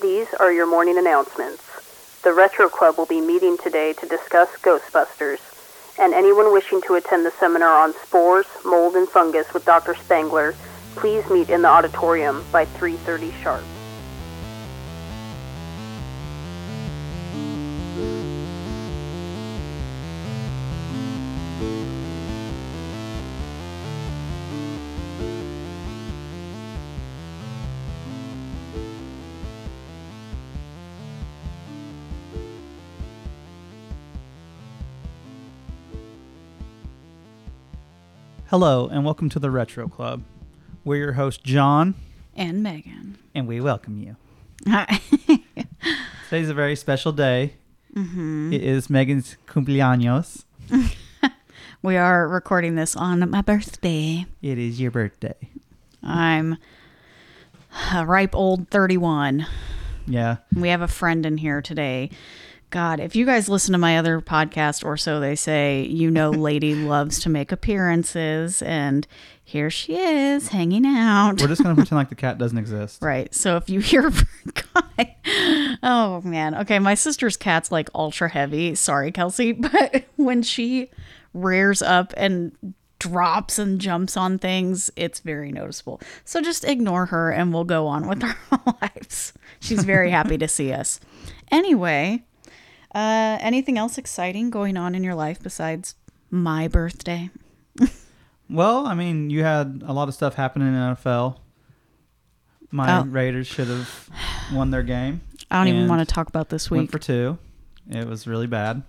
These are your morning announcements. The Retro Club will be meeting today to discuss Ghostbusters, and anyone wishing to attend the seminar on spores, mold, and fungus with Dr. Spangler, please meet in the auditorium by 3:30 sharp. Hello, and welcome to the Retro Club. We're your host, John, and Megan. and we welcome you. Hi. Today's a very special day. Mm-hmm. It is Megan's cumpleaños. we are recording this on my birthday. It is your birthday. I'm a ripe old 31. Yeah. We have a friend in here today. God, if you guys listen to my other podcast or so, they say, you know, Lady loves to make appearances, and here she is hanging out. We're just going to pretend like the cat doesn't exist. Right. So if you hear God, oh man. Okay, my sister's cat's like ultra heavy. Sorry, Kelsey, but when she rears up and drops and jumps on things, it's very noticeable. So just ignore her and we'll go on with our lives. She's very happy to see us. Anyway, uh anything else exciting going on in your life besides my birthday? Well, I mean, you had a lot of stuff happening in the NFL. My Oh. Raiders should have won their game. I don't even And want to talk about this week. Went for two. It was really bad.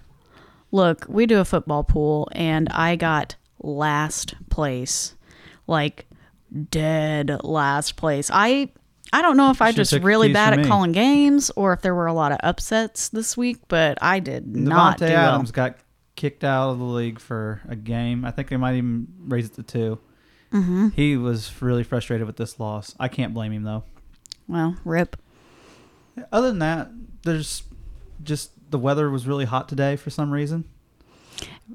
look, we do a football pool and I got last place. Like dead last place. I I don't know if I Should've just took really keys bad from at me. calling games or if there were a lot of upsets this week, but I did not do Devontae well. Adams got kicked out of the league for a game. I think they might even raise it to 2 Mm-hmm. He was really frustrated with this loss. I can't blame him though. Well, rip. Other than that, there's just the weather was really hot today for some reason.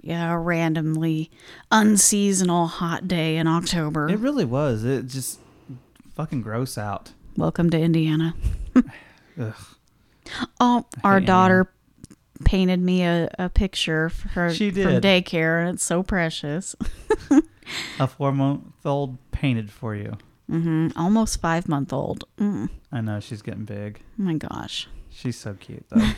Yeah, a randomly unseasonal hot day in October. It really was. It just fucking gross out. Welcome to Indiana. Ugh. Oh, our Indiana. daughter painted me a, a picture for She from did. daycare and it's so precious. A four month old painted for you. Mm, almost five month old. Mm, I know she's getting big. my gosh. She's so cute though.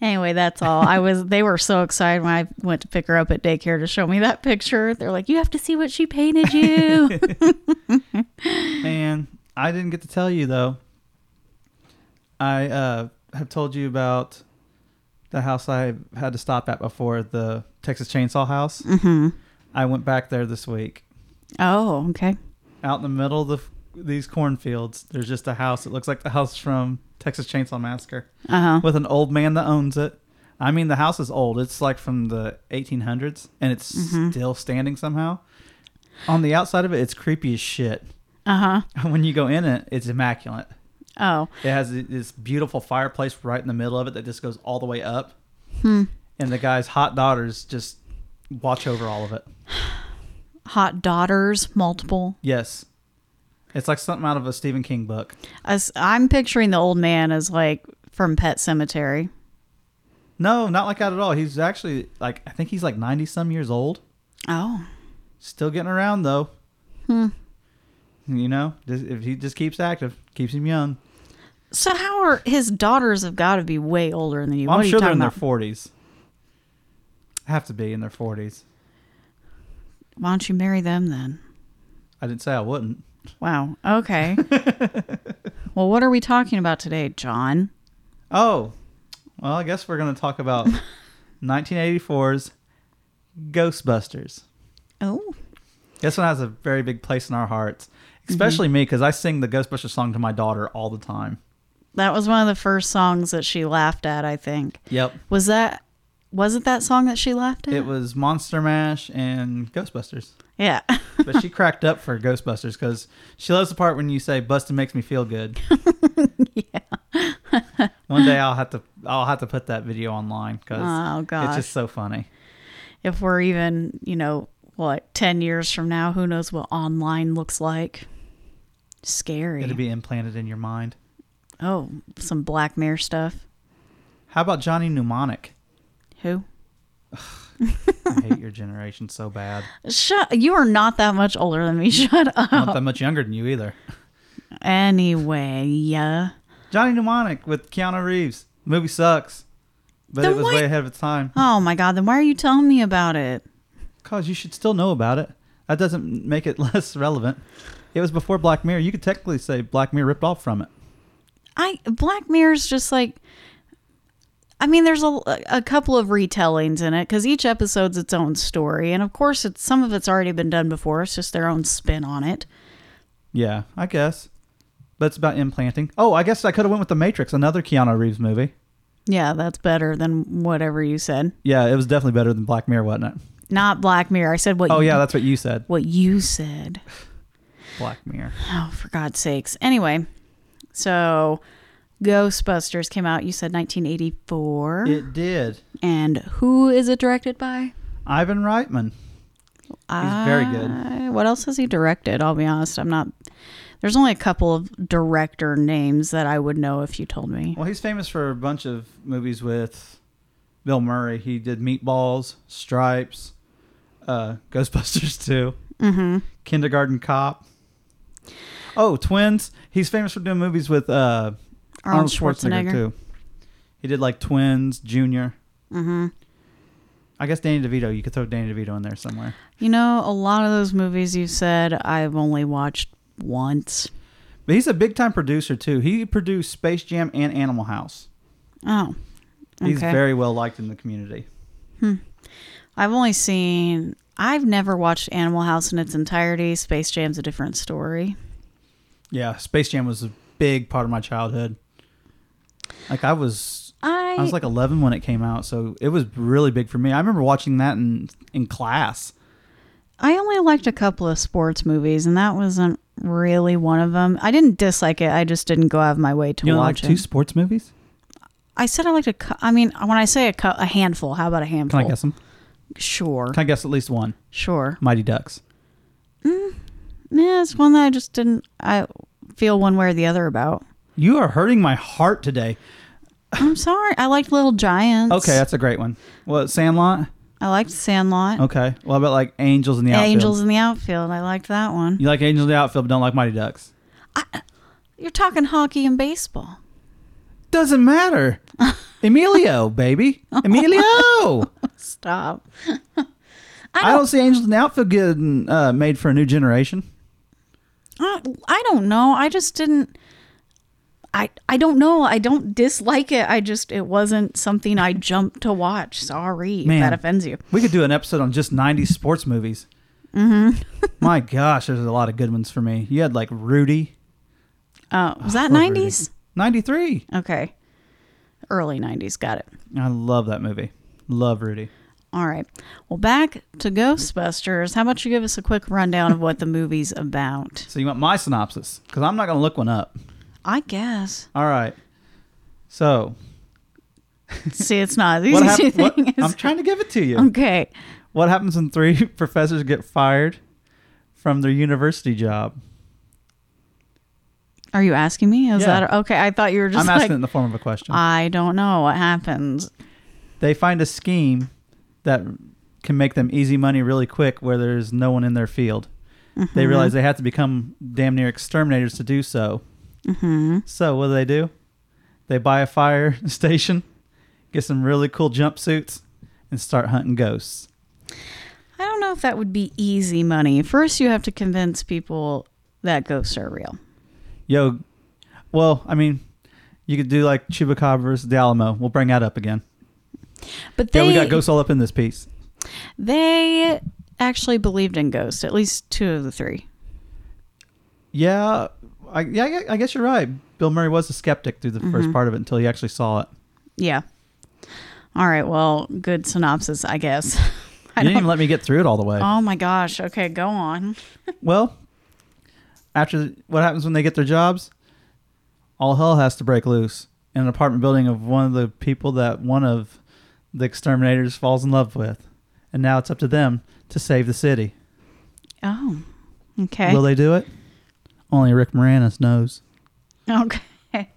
Anyway, that's all. I was. They were so excited when I went to pick her up at daycare to show me that picture. They're like, "You have to see what she painted you." Man, I didn't get to tell you though. I uh, have told you about the house I had to stop at before the Texas Chainsaw House. hmm I went back there this week. Oh, okay. Out in the middle of the, these cornfields, there's just a house. It looks like the house from Texas Chainsaw Massacre Uh huh. with an old man that owns it. I mean, the house is old. It's like from the 1800s and it's still standing somehow. On the outside of it, it's creepy as shit. Uh huh. When you go in it, it's immaculate. Oh, It has this beautiful fireplace right in the middle of it that just goes all the way up. Hmm. And the guy's hot daughters just watch over all of it. hot daughters, multiple. Yes. It's like something out of a Stephen King book. As I'm picturing the old man as like from Pet Cemetery. No, not like that at all. He's actually like I think he's like 90 some years old. Oh, Still getting around though. Hmm. You know, just, if he just keeps active, keeps him young. so how are his daughters? Have got to be way older than you. Well, I'm what are sure you they're talking in about? their 40s. Have to be in their 40s. Why don't you marry them then? I didn't say I wouldn't. Wow. Okay. well, what are we talking about today, John? Oh, well, I guess we're going to talk about 1984's Ghostbusters. Oh. This one has a very big place in our hearts, especially me, 'cause me, because I sing the Ghostbusters song to my daughter all the time. That was one of the first songs that she laughed at, I think. Yep. Was that was it that song that she laughed at? It was Monster Mash and Ghostbusters. yeah. But she cracked up for Ghostbusters because she loves the part when you say "Bustin' makes me feel good." yeah. One day I'll have to I'll have to put that video online because Oh, it's gosh. just so funny. if we're even, you know, what, ten years from now, who knows what online looks like? Scary. It'll be implanted in your mind. Oh, some Black Mirror stuff. How about Johnny Mnemonic? Who? I hate your generation so bad. Shut. You are not that much older than me. Shut up. Not that much younger than you either. Anyway, yeah. Johnny Mnemonic with Keanu Reeves. The movie sucks, but Then it was why- way ahead of its time. Oh my God. Then why are you telling me about it? Cause you should still know about it. That doesn't make it less relevant. It was before Black Mirror. You could technically say Black Mirror ripped off from it. I Black Mirror's just like I mean there's a, a couple of retellings in it cuz each episode's its own story and of course it's some of it's already been done before it's just their own spin on it. Yeah, I guess. But it's about implanting. Oh, I guess I could have went with The Matrix, another Keanu Reeves movie. Yeah, that's better than whatever you said. Yeah, it was definitely better than Black Mirror, wasn't it? Not Black Mirror. I said what Oh you, yeah, that's what you said. what you said. Black Mirror. Oh, for God's sakes. Anyway, so Ghostbusters came out you said 1984 It did. and who is it directed by? Ivan Reitman. He's very good. Uh, what else has he directed? I'll be honest, I'm not. There's only a couple of director names that I would know if you told me. Well, he's famous for a bunch of movies with Bill Murray. He did Meatballs, Stripes, uh, Ghostbusters 2, mm-hmm. Kindergarten Cop. Oh, Twins. He's famous for doing movies with uh, Arnold Arnold Schwarzenegger, Schwarzenegger. too. He did like Twins, Junior. Mm-hmm. I guess Danny DeVito. You could throw Danny DeVito in there somewhere. You know, a lot of those movies you said I've only watched once. But he's a big time producer too. He produced Space Jam and Animal House. Oh, He's Okay. very well liked in the community. I've only seen. I've never watched Animal House in its entirety. Space Jam's a different story. Yeah, Space Jam was a big part of my childhood. Like I was I, I was like 11 when it came out, so it was really big for me. I remember watching that in in class. I only liked a couple of sports movies, and that wasn't really one of them. I didn't dislike it. I just didn't go out of my way to You know, like watch it. two sports movies? I said I liked a. Cu- I mean, when I say a, cu- a handful, how about a handful? Can I guess them? Sure, Can I guess at least one? sure. Mighty Ducks. Yeah, it's one that I just didn't. I feel one way or the other about. You are hurting my heart today. I'm sorry. I liked Little Giants. Okay, that's a great one. Well, Sandlot. I liked Sandlot. Okay. What about like Angels in the Outfield? Angels in the Outfield. I liked that one. You like Angels in the Outfield, but don't like Mighty Ducks. You're talking hockey and baseball. Doesn't matter. Emilio, baby. Emilio. Stop. I don't see Angels in the Outfield getting uh, made for a new generation. I, I don't know. I just didn't. I, I don't know. I don't dislike it. I just it wasn't something I jumped to watch. Sorry Man. if that offends you. We could do an episode on just 90s sports movies. Mm-hmm. My gosh, there's a lot of good ones for me. You had like Rudy. Uh, was that Love Oh, Rudy. 90s? 93. Okay. Early 90s. Got it. I love that movie. Love Rudy. All right. Well, back to Ghostbusters. How about you give us a quick rundown of what the movie's about? So you want my synopsis? Because I'm not going to look one up. I guess. All right. So See, it's not the what easy happened? thing. I'm Is, trying to give it to you. okay. What happens when three professors get fired from their university job? Are you asking me? Is Yeah. that okay? I thought you were just I'm asking it in like, the form of a question. I don't know what happens. they find a scheme that can make them easy money really quick where there's no one in their field. They realize they have to become damn near exterminators to do so. Mm-hmm. So what do they do? They buy a fire station, get some really cool jumpsuits, and start hunting ghosts. I don't know if that would be easy money. First, you have to convince people that ghosts are real. Yo, well, I mean, you could do like Chupacabras, the Alamo. We'll bring that up again. But they yeah, we got ghosts all up in this piece. they actually believed in ghosts. At least two of the three. Yeah, I, yeah, I guess you're right. Bill Murray was a skeptic through the first part of it until he actually saw it. Yeah. All right. Well, good synopsis, I guess. I you don't didn't even let me get through it all the way. Oh my gosh. Okay, go on. well, after what happens when they get their jobs, all hell has to break loose in an apartment building of one of the people that one of the exterminators falls in love with, and now it's up to them to save the city. Oh. Okay. Will they do it? Only Rick Moranis knows. okay.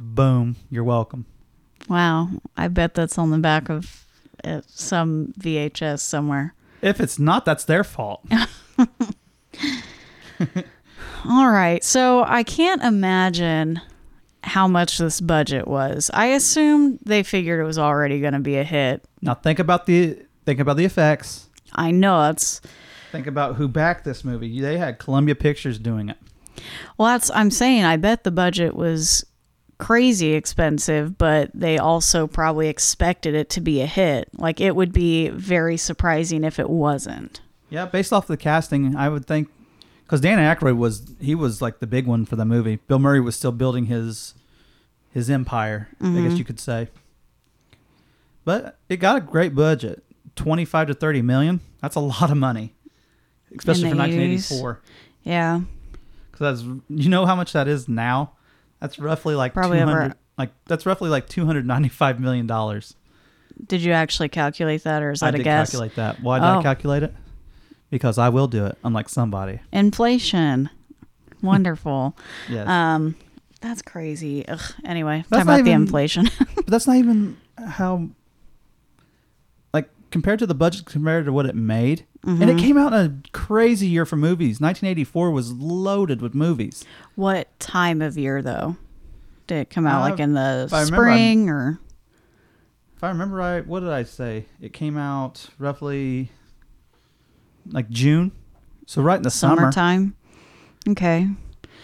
Boom. You're welcome. Wow. I bet that's on the back of uh, some VHS somewhere. If it's not, that's their fault. All right. So I can't imagine how much this budget was. I assumed they figured it was already going to be a hit. now think about the think about the effects. I know it's Think about who backed this movie. They had Columbia Pictures doing it. well. That's I'm saying. I bet the budget was crazy expensive, but they also probably expected it to be a hit. Like it would be very surprising if it wasn't. Yeah, based off the casting, I would think because Dan Aykroyd was he was like the big one for the movie. Bill Murray was still building his his empire, I Mm-hmm. guess you could say. But it got a great budget, twenty five to thirty million. That's a lot of money, especially the for 80s. nineteen eighty four. Yeah. Because that's you know how much that is now. That's roughly like Probably two over- hundred. Like that's roughly like two hundred ninety five million dollars. Did you actually calculate that, or is I that a did guess? calculate that. Why did Oh. I calculate it? Because I will do it, unlike somebody. Inflation. Wonderful. Yes. Um, that's crazy. Ugh. Anyway, That's talk not about the even- inflation. But that's not even how. Like compared to the budget, compared to what it made, and it Mm-hmm. came out in a crazy year for movies. 1984 was loaded with movies. what time of year though? Did it come out Uh, like in the if I remember, I'm- spring or? If I remember right, what did I say? It came out roughly like June, so right in the summer. summertime. Okay.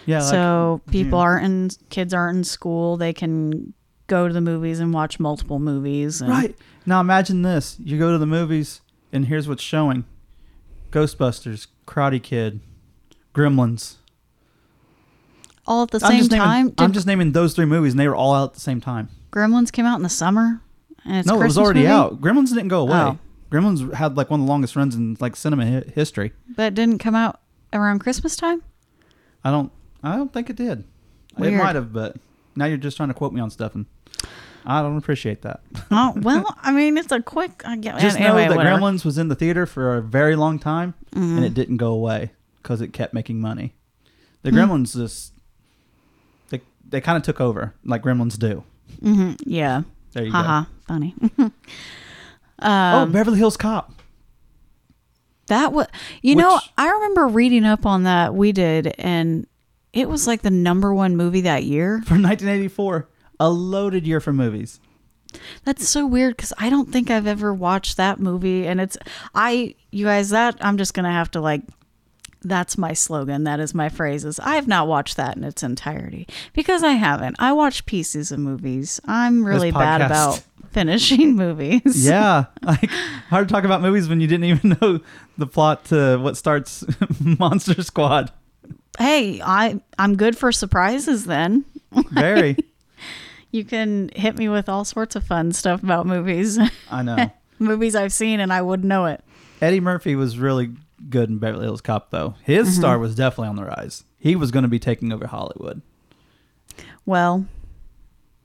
Yeah. like- mm-hmm. so people June. aren't in kids aren't in school. They can go to the movies and watch multiple movies. And, right now, imagine this: you go to the movies, and here's what's showing: Ghostbusters, Karate Kid, Gremlins. All at the I'm same just naming- time. Did I'm just naming those three movies, and they were all out at the same time. Gremlins came out in the summer. And it's no, Christmas it was already movie? out. Gremlins didn't go away. Oh. Gremlins had like one of the longest runs in like cinema hi- history. but it didn't come out around Christmas time. I don't, I don't think it did. Weird. It might have, but now you're just trying to quote me on stuff, and I don't appreciate that. Oh well, I mean it's a quick. I get, just anyway, know that whatever. Mm-hmm. Gremlins was in the theater for a very long time, and it didn't go away because it kept making money. The Hmm. Gremlins just they they kind of took over like Gremlins do. Yeah. There you go. Haha. Funny. oh, Um, Beverly Hills Cop. That was, you know, Which- I remember reading up on that we did, and it was like the number one movie that year. from 1984. A loaded year for movies. That's so weird because I don't think I've ever watched that movie, and it's I, you guys, that I'm just gonna have to like. That's my slogan. That is my phrases. I have not watched that in its entirety because I haven't. I watch pieces of movies. I'm really bad podcast. about finishing movies. Yeah, like hard to talk about movies when you didn't even know the plot to what starts Monster Squad. Hey, I I'm good for surprises then. Very, You can hit me with all sorts of fun stuff about movies, I know. movies I've seen and I wouldn't know it. Eddie Murphy was really good in Beverly Hills Cop, though. His star was definitely on the rise. He was going to be taking over Hollywood. Well,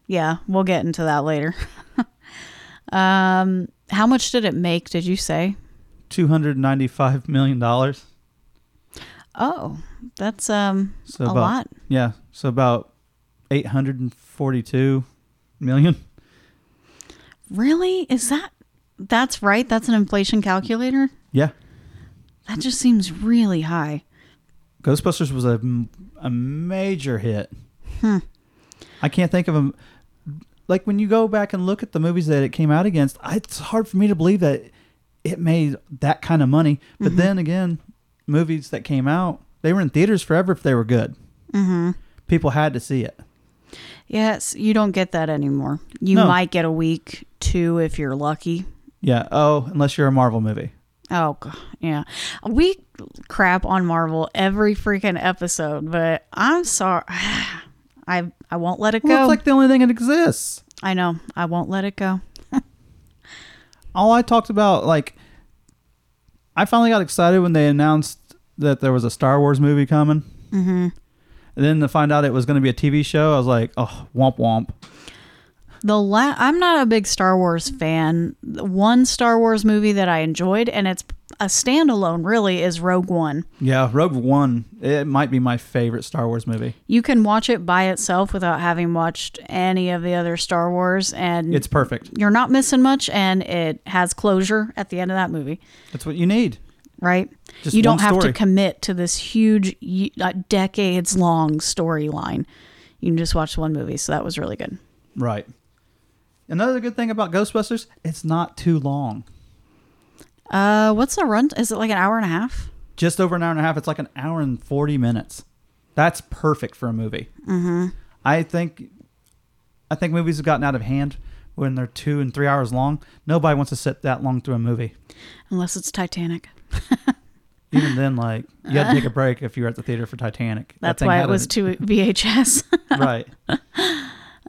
yeah, we'll get into that later. um, how much did it make? Did you say? Two hundred ninety-five million dollars. Oh, that's um So a about, lot. Yeah, so about eight hundred and forty-two million. Really? Is that? That's right. That's an inflation calculator. Yeah, That just seems really high. Ghostbusters was a, a major hit. I can't think of them. Like when you go back and look at the movies that it came out against, I, it's hard for me to believe that it made that kind of money. But then again, movies that came out, they were in theaters forever if they were good. Mm-hmm. People had to see it. Yes, you don't get that anymore. You No. might get a week, two, if you're lucky. Yeah. Oh, unless you're a Marvel movie. Oh god, yeah. We crap on Marvel every freaking episode, but I'm sorry. I I won't let it Well, go. it's like the only thing that exists. I know. I won't let it go. all I talked about, like, I finally got excited when they announced that there was a Star Wars movie coming. Mm-hmm. And then to find out it was going to be a TV show, I was like, oh, womp womp. The la- I'm not a big Star Wars fan. The One Star Wars movie that I enjoyed, and it's a standalone, really, is Rogue One. Yeah, Rogue One. It might be my favorite Star Wars movie. You can watch it by itself without having watched any of the other Star Wars, and It's perfect. you're not missing much, and it has closure at the end of that movie, That's what you need. right? Just you don't one have story. to commit to this huge, y- uh, decades long storyline. You can just watch one movie, so that was really good. Right. Another good thing about Ghostbusters, it's not too long. Uh, what's the run? Is it like an hour and a half? Just over an hour and a half. It's like an hour and 40 minutes. That's perfect for a movie. Mm-hmm. I think I think movies have gotten out of hand when they're two and three hours long. Nobody wants to sit that long through a movie. Unless it's Titanic. Even then, like you had to take a break if you were at the theater for Titanic. That That's thing why had it was a- two VHS. right.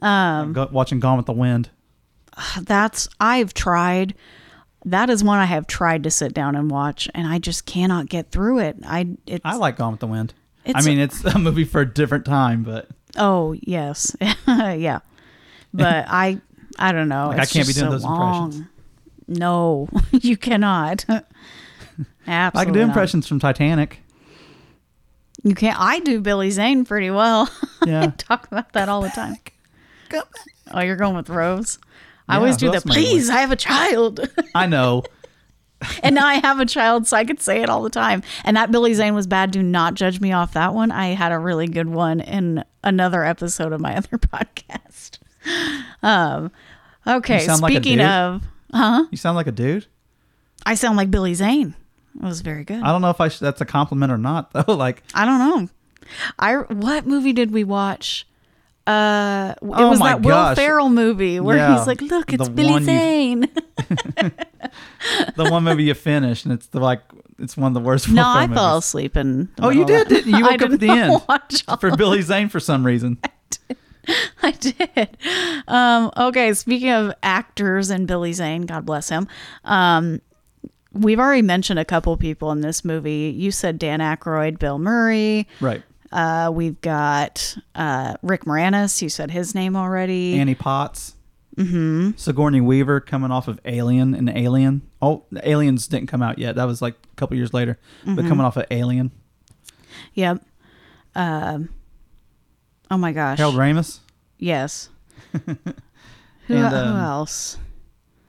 Um, watching Gone with the Wind. That's I've tried. That is one I have tried to sit down and watch, and I just cannot get through it. I it's I like Gone with the Wind. I It's- mean, it's a movie for a different time, but oh yes, yeah, but I I don't know. Like, I It's can't be just doing so those long. impressions. No, you cannot. Absolutely, I can do not. impressions from Titanic. You can't. I do Billy Zane pretty well. I Yeah. talk about that all the time. Oh, you're going with Rose. I Yeah, always do who the else am I going with? please. I have a child. I know. and now I have a child, so I could say it all the time. And that Billy Zane was bad. Do not judge me off that one. I had a really good one in another episode of my other podcast. Um, okay. You sound like a Speaking dude. of, You sound like a dude. I sound like Billy Zane. It was very good. I don't know if I sh- that's a compliment or not though. Like, I don't know. I what movie did we watch? Uh, it Oh was my that gosh. Will Ferrell movie where Yeah. he's like, "Look, it's The Billy one you- Zane." the one movie you finished, and it's the, like it's one of the worst. no, Will I Ferrell fell movies. asleep and Oh, you did, didn't you? You I woke up did at the not end watch all for Billy Zane for some reason. I did. Um, okay, speaking of actors and Billy Zane, God bless him. Um, we've already mentioned a couple people in this movie. You said Dan Aykroyd, Bill Murray. Right. Uh, we've got uh, Rick Moranis. You said his name already. Annie Potts. Mm-hmm. Sigourney Weaver coming off of Alien and Alien. Oh, the Aliens didn't come out yet. That was like a couple years later. Mm-hmm. But coming off of Alien, yep. Um, oh my gosh. Harold Ramis. Yes. who, And, who um, else?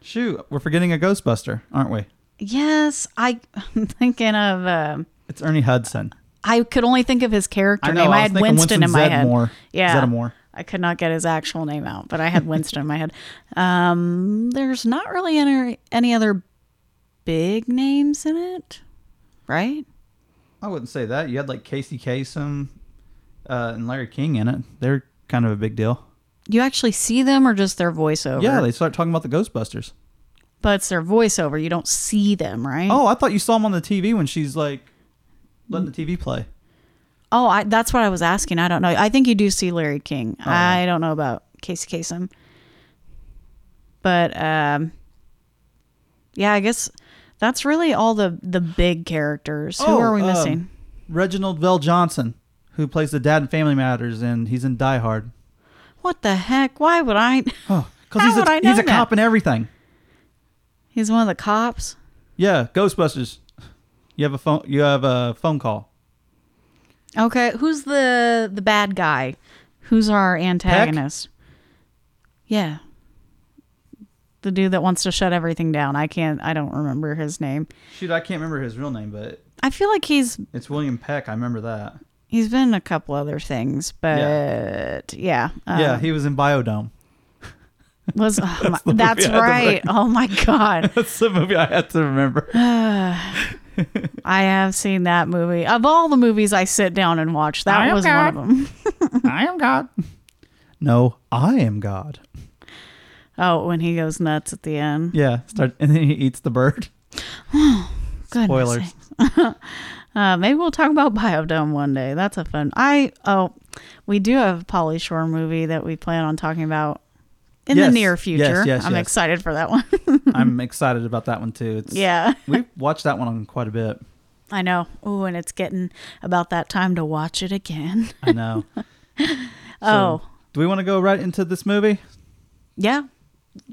Shoot, we're forgetting a Ghostbuster, aren't we? Yes, I, I'm thinking of. Um, It's Ernie Hudson. I could only think of his character I know. name. I I, was had thinking Winston, Winston in my head. Zeddemore. Yeah, Zeddemore. I could not get his actual name out, but I had Winston in my head. Um, there's not really any any other big names in it, right? I wouldn't say that. You had like Casey Kasem uh, and Larry King in it. They're kind of a big deal. You actually see them or just their voiceover? Yeah, they start talking about the Ghostbusters. but it's their voiceover. You don't see them, right? Oh, I thought you saw him on the TV when she's like letting the TV play. Oh, I, that's what I was asking. I don't know. I think you do see Larry King. Oh, I don't know about Casey Kasem, but um, yeah, I guess that's really all the the big characters. Who Oh, are we um, missing? Reginald Vell Johnson, who plays the dad in Family Matters, and he's in Die Hard. What the heck? Why would I? Oh, because How he's would I a, he's know a cop that? in everything. He's one of the cops. Yeah, Ghostbusters. You have a phone. You have a phone call. Okay, who's the the bad guy? Who's our antagonist? Yeah. The dude that wants to shut everything down. I can't I don't remember his name. Shoot, I can't remember his real name, but I feel like he's it's William Peck. I remember that. He's been in a couple other things, but yeah, uh, yeah, he was in Biodome. was oh my- that's, the movie I had to right. Oh my god, That's the movie I had to remember. I have seen that movie. Of all the movies I sit down and watch, that I was am one of them. I am God. No, I am God. Oh, when he goes nuts at the end. Yeah, start and then he eats the bird. Goodness Spoilers. sakes. Uh, maybe we'll talk about Biodome one day. That's a fun. I oh, we do have a Polly Shore movie that we plan on talking about in Yes, the near yes, future. yes, I'm yes. excited for that one. I'm excited about that one too. It's, yeah. we watched that one on quite a bit. I know. Oh, and it's getting about that time to watch it again. I know. So, Oh. do we want to go right into this movie? yeah,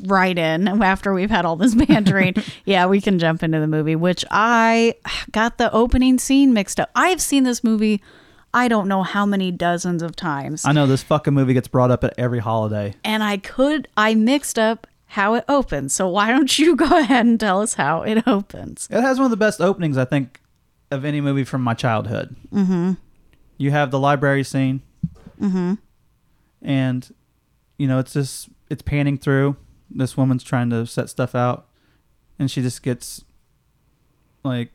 right in after we've had all this bantering. yeah, we can jump into the movie, which I got the opening scene mixed up. I've seen this movie, I don't know how many dozens of times. I know this fucking movie gets brought up at every holiday. and I could, I mixed up how it opens. So why don't you go ahead and tell us how it opens? It has one of the best openings, I think, of any movie from my childhood. Mm-hmm. You have the library scene, mm-hmm. and you know it's just it's panning through. This woman's trying to set stuff out, and she just gets like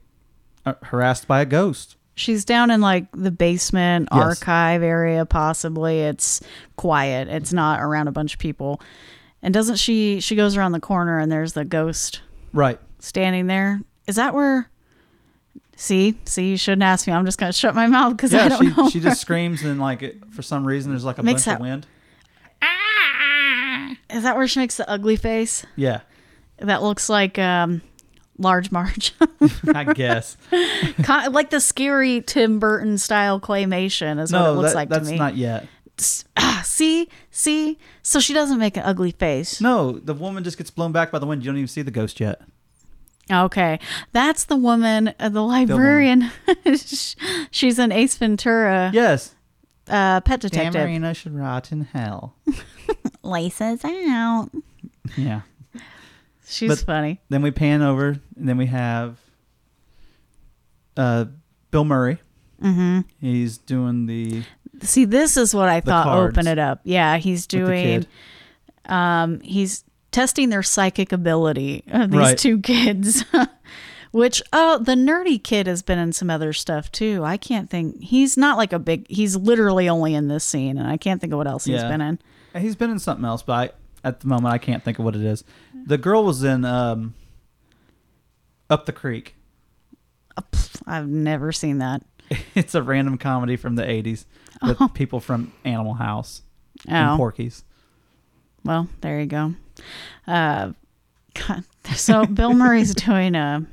uh, harassed by a ghost. She's down in like the basement Yes. archive area, possibly. It's quiet. It's not around a bunch of people. And doesn't she? She goes around the corner and there's the ghost Right. standing there. Is that where? See, see, you shouldn't ask me. I'm just gonna shut my mouth because I Yeah. don't She know. she where- just screams and like it, for some reason there's like a bunch Makes that- of wind. Is that where she makes the ugly face Yeah. that looks like um, large Marge? I guess. Ki- like the scary Tim Burton style claymation is what it no, looks that- like to that's me. not yet. Ah, see, see, so she doesn't make an ugly face. No, the woman just gets blown back by the wind. You don't even see the ghost yet. Okay, that's the woman, uh, the librarian. Sh- She's an Ace Ventura Yes. uh, pet detective. Tamarina should rot in hell. Laces out. Yeah. She's But- funny. Then we pan over, and then we have uh, Bill Murray. Mm-hmm. He's doing the See, this is what I thought. cards. Open it up. Yeah, he's with the doing. kid. Um, he's testing their psychic ability of these Right. two kids which oh the nerdy kid has been in some other stuff too i can't think he's not like a big he's literally only in this scene and i can't think of what else he's Yeah. been in And He's been in something else, but I, at the moment I can't think of what it is. The girl was in um, Up the Creek. i've never seen that It's a random comedy from the '80s with people from Animal House Oh. and Porky's. well there you go uh God. so bill murray's doing a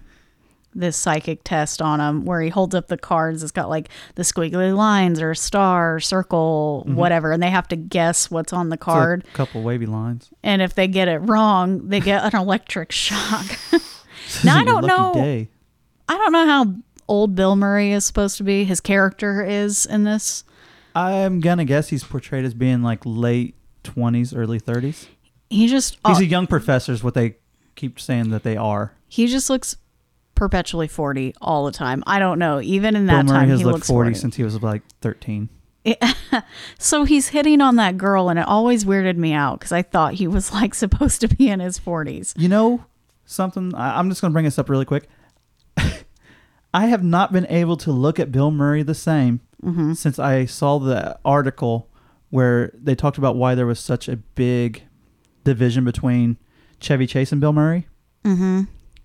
this psychic test on him where he holds up the cards it's got like the squiggly lines or a star or circle Mm-hmm. whatever and they have to guess what's on the It's a card couple wavy lines. and if they get it wrong, they get an electric shock. Now, I Your don't lucky know- Day. I don't know how old Bill Murray is supposed to be. His character is in this. I'm gonna guess he's portrayed as being like late 20s, early 30s. He just He's oh, a young professor, is what they keep saying that they are. he just looks perpetually 40 all the time. I don't know. Even in Bill that Murray time has he looked looks 40 40. since he was like 13. So he's hitting on that girl and it always weirded me out cuz I thought he was like supposed to be in his 40s. You know something? I, I'm just gonna bring this up really quick. I have not been able to look at Bill Murray the same since I saw the article where they talked about why there was such a big division between Chevy Chase and Bill Murray.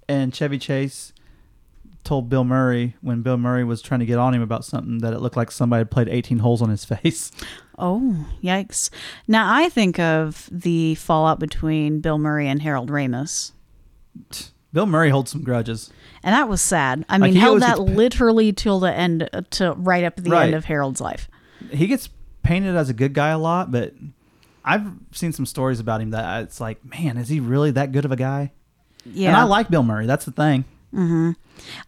and Chevy Chase told Bill Murray when Bill Murray was trying to get on him about something that it looked like somebody had played 18 holes on his face. Oh, yikes. Now I think of the fallout between Bill Murray and Harold Ramis. Bill Murray holds some grudges. And that was sad. I mean, he always held that gets pa- literally till the end, uh, to right up at the Right. end of Harold's life. He gets painted as a good guy a lot, but I've seen some stories about him that it's like, man, is he really that good of a guy? Yeah, And I like Bill Murray. That's the thing. I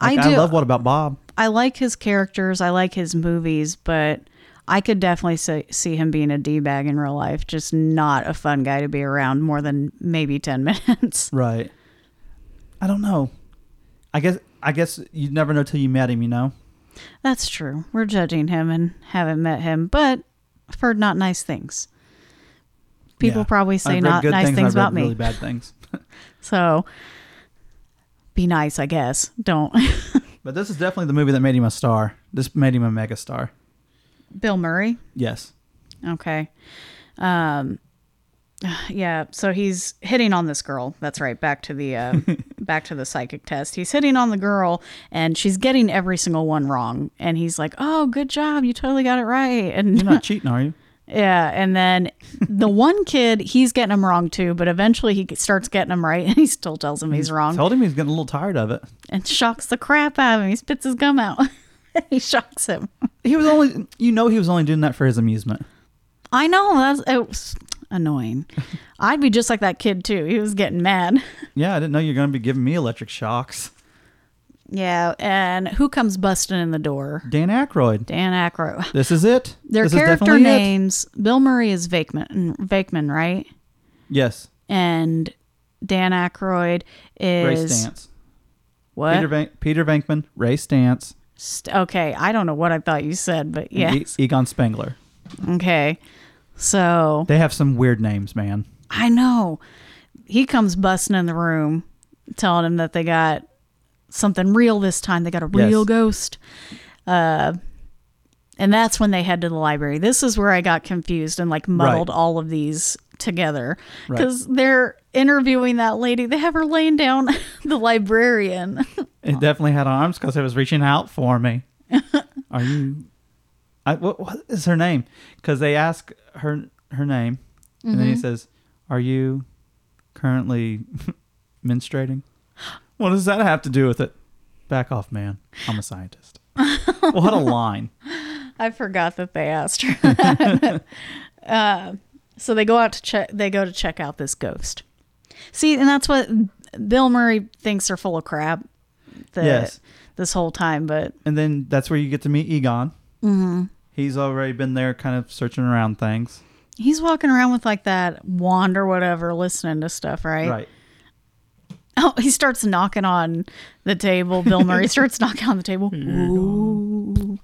Like, do. I love what about Bob? I like his characters. I like his movies, but I could definitely say, see him being a d bag in real life. Just not a fun guy to be around more than maybe ten minutes. Right. I don't know. I guess I guess you'd never know till you met him, you know? That's true. We're judging him and haven't met him, but I've heard not nice things. People Yeah. probably say I've read not good nice things, and I've read about me. Really bad things. So be nice, I guess. Don't. But this is definitely the movie that made him a star. This made him a mega star. Bill Murray. Yes. Okay. Um yeah, so he's hitting on this girl. That's right. Back to the uh, back to the psychic test. He's hitting on the girl and she's getting every single one wrong and he's like, "Oh, good job. You totally got it right." And You're not cheating, are you? yeah, and then the one kid, he's getting him wrong too, but eventually he starts getting him right and he still tells him Mm-hmm. he's wrong Told him he's getting a little tired of it. and shocks the crap out of him. He spits his gum out. he shocks him. He was only, you know, he was only doing that for his amusement. I know. That's it was, annoying. I'd be just like that kid too. He was getting mad. Yeah, I didn't know you're going to be giving me electric shocks. Yeah, and who comes busting in the door? Dan Aykroyd. Dan Aykroyd. This is it. Their this character is definitely It. names. Bill Murray is Vakeman, Vakeman, right? Yes. And Dan Aykroyd Ray is Stance. what? Peter, Van- Peter Venkman. Ray Stance. St- okay, I don't know what I thought you said, but yeah. and E- Egon Spengler. Okay, so They have some weird names, man. I know he comes busting in the room, telling him that they got something real this time. They got a Yes. real ghost. Uh, and that's when they head to the library. This is where I got confused and like muddled Right. all of these together Right. because they're interviewing that lady. They have her laying down the librarian. It definitely had arms because it was reaching out for me. Are you? I, what, what is her name? Because they ask her her name, and then he says, "Are you currently menstruating?" What does that have to do with it? Back off, man. I'm a scientist. what a line! I forgot that they asked her. that. uh, so they go out to check. They go to check out this ghost. See, and that's what Bill Murray thinks they're full of crap. The, Yes. This whole time, but And then that's where you get to meet Egon. Mm-hmm. He's already been there, kind of searching around things. he's walking around with like that wand or whatever, listening to stuff, right? right. Oh, he starts knocking on the table. Bill Murray starts knocking on the table. Ooh.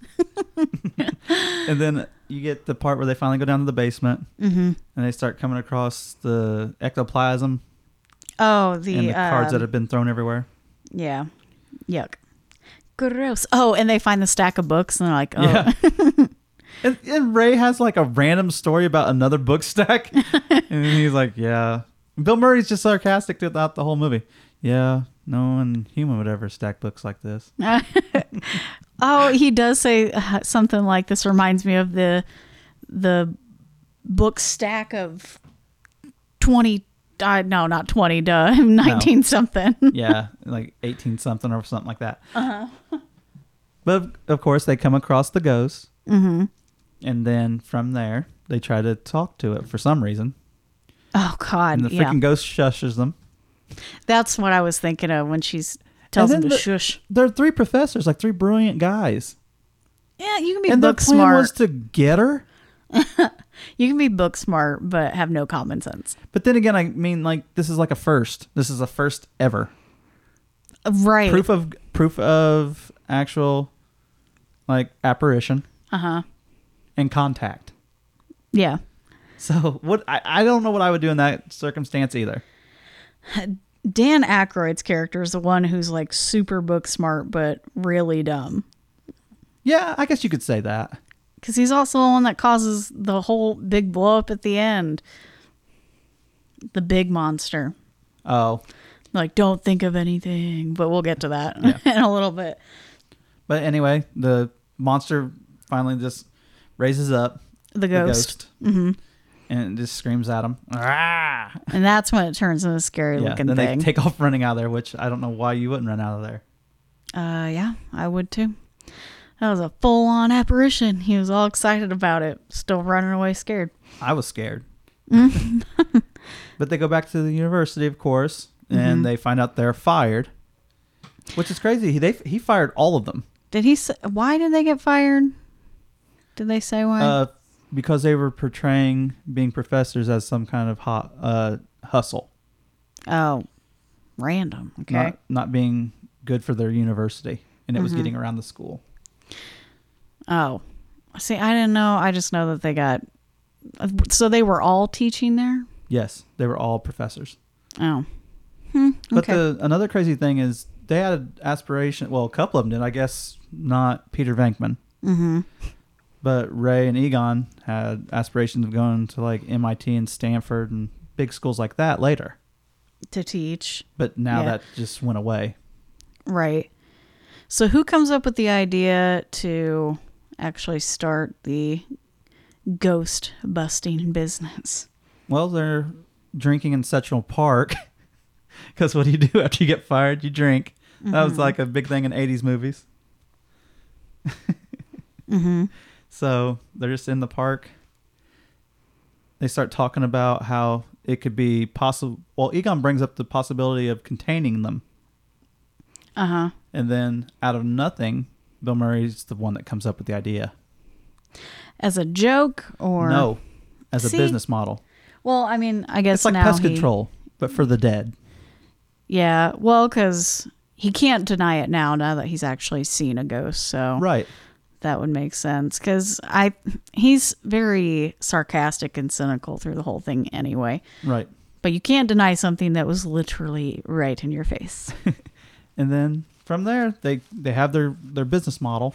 and then you get the part where they finally go down to the basement Mm-hmm. and they start coming across the ectoplasm Oh, the, and the cards um, that have been thrown everywhere. yeah, yuck, gross. Oh, and they find the stack of books and they're like, oh, Yeah. and, and Ray has like a random story about another book stack. and he's like, yeah. Bill Murray's just sarcastic throughout the whole movie. Yeah, no one human would ever stack books like this. Oh, he does say uh, something like this reminds me of the the book stack of 20 uh, no, not 20, duh, 19 something. yeah, like 18 something or something like that. But of, of course, they come across the ghost. Mm-hmm. And then from there, they try to talk to it for some reason. Oh god, And the yeah. freaking ghost shushes them. That's what I was thinking of when she's tells And then him to the- shush. They're three professors, like three brilliant guys. Yeah, you can be and book the plan smart. was to get her. you can be book smart but have no common sense. But then again, I mean, like this is like a first. This is a first ever Right. proof of proof of actual like apparition uh-huh. and contact. Yeah. So what? I, I don't know what I would do in that circumstance either. Dan Aykroyd's character is the one who's like super book smart but really dumb. Yeah, I guess you could say that. because he's also the one that causes the whole big blow up at the end. The big monster. Oh, Like, don't think of anything, but we'll get to that in a little bit. but anyway, the monster finally just raises up The ghost. the ghost and it just screams at him. Ah! And that's when it turns into a scary Yeah, looking then thing. they take off running out of there, which I don't know why you wouldn't run out of there. uh, yeah, I would too. That was a full on apparition. He was all excited about it, still running away scared. I was scared. Mm-hmm. but they go back to the university, of course, and Mm-hmm. they find out they're fired, which is crazy. He they, he fired all of them Did he say, why did they get fired? Did they say why? uh, because they were portraying being professors as some kind of hot, uh, hustle, oh, random. Okay. Mm-hmm. not not being good for their university, and it was getting around the school. Oh, see, I didn't know. I just know that they got. So they were all teaching there. Yes, they were all professors. Oh, hmm. But okay. the another crazy thing is they had an aspiration. Well, a couple of them did, I guess. Not Peter Venkman, mm-hmm. but Ray and Egon had aspirations of going to like MIT and Stanford and big schools like that later. To teach, But now Yeah. that just went away. right? So who comes up with the idea to actually start the ghost busting business? Well, they're drinking in Central Park because what do you do after you get fired? You drink. That was like a big thing in '80s movies. Mm-hmm. So they're just in the park. they start talking about how it could be possible. Well, Egon brings up the possibility of containing them. Uh huh. And then out of nothing, Bill Murray's the one that comes up with the idea. As a joke or no, as a See, business model. Well, I mean, I guess It's like now pest he- control, but for the dead. Yeah. Well, because he can't deny it now. Now that he's actually seen a ghost, so Right. that would make sense. Because I, he's very sarcastic and cynical through the whole thing anyway. Right. But you can't deny something that was literally right in your face. and then from there they they have their their business model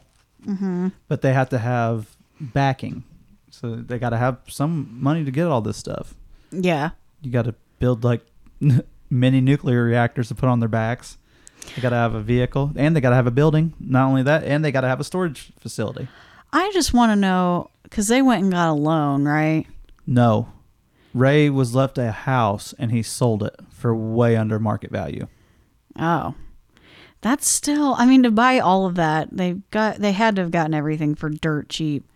but they have to have backing so they got to have some money to get all this stuff yeah. you got to build like mini nuclear reactors to put on their backs they got to have a vehicle and they got to have a building not only that and they got to have a storage facility I just want to know because they went and got a loan, right? no ray was left a house and he sold it for way under market value Oh, that's still. I mean, to buy all of that, they got they had to have gotten everything for dirt cheap.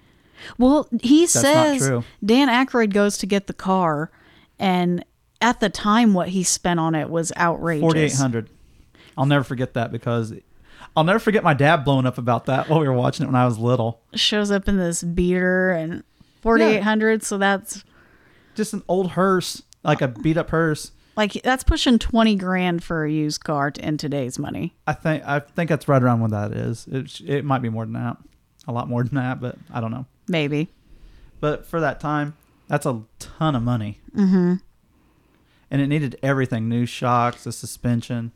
Well, he not says true. Dan Aykroyd goes to get the car, and at the time, what he spent on it was outrageous. 4800 i'll never forget that because i'll never forget my dad blowing up about that while we were watching it when i was little shows up in this beater and forty eight hundred. So that's just an old hearse like a beat up hearse like that's pushing twenty grand for a used car in today's money. i think i think that's right around what that is it, sh- it might be more than that a lot more than that but i don't know Maybe but for that time that's a ton of money mm-hmm. and it needed everything new shocks the suspension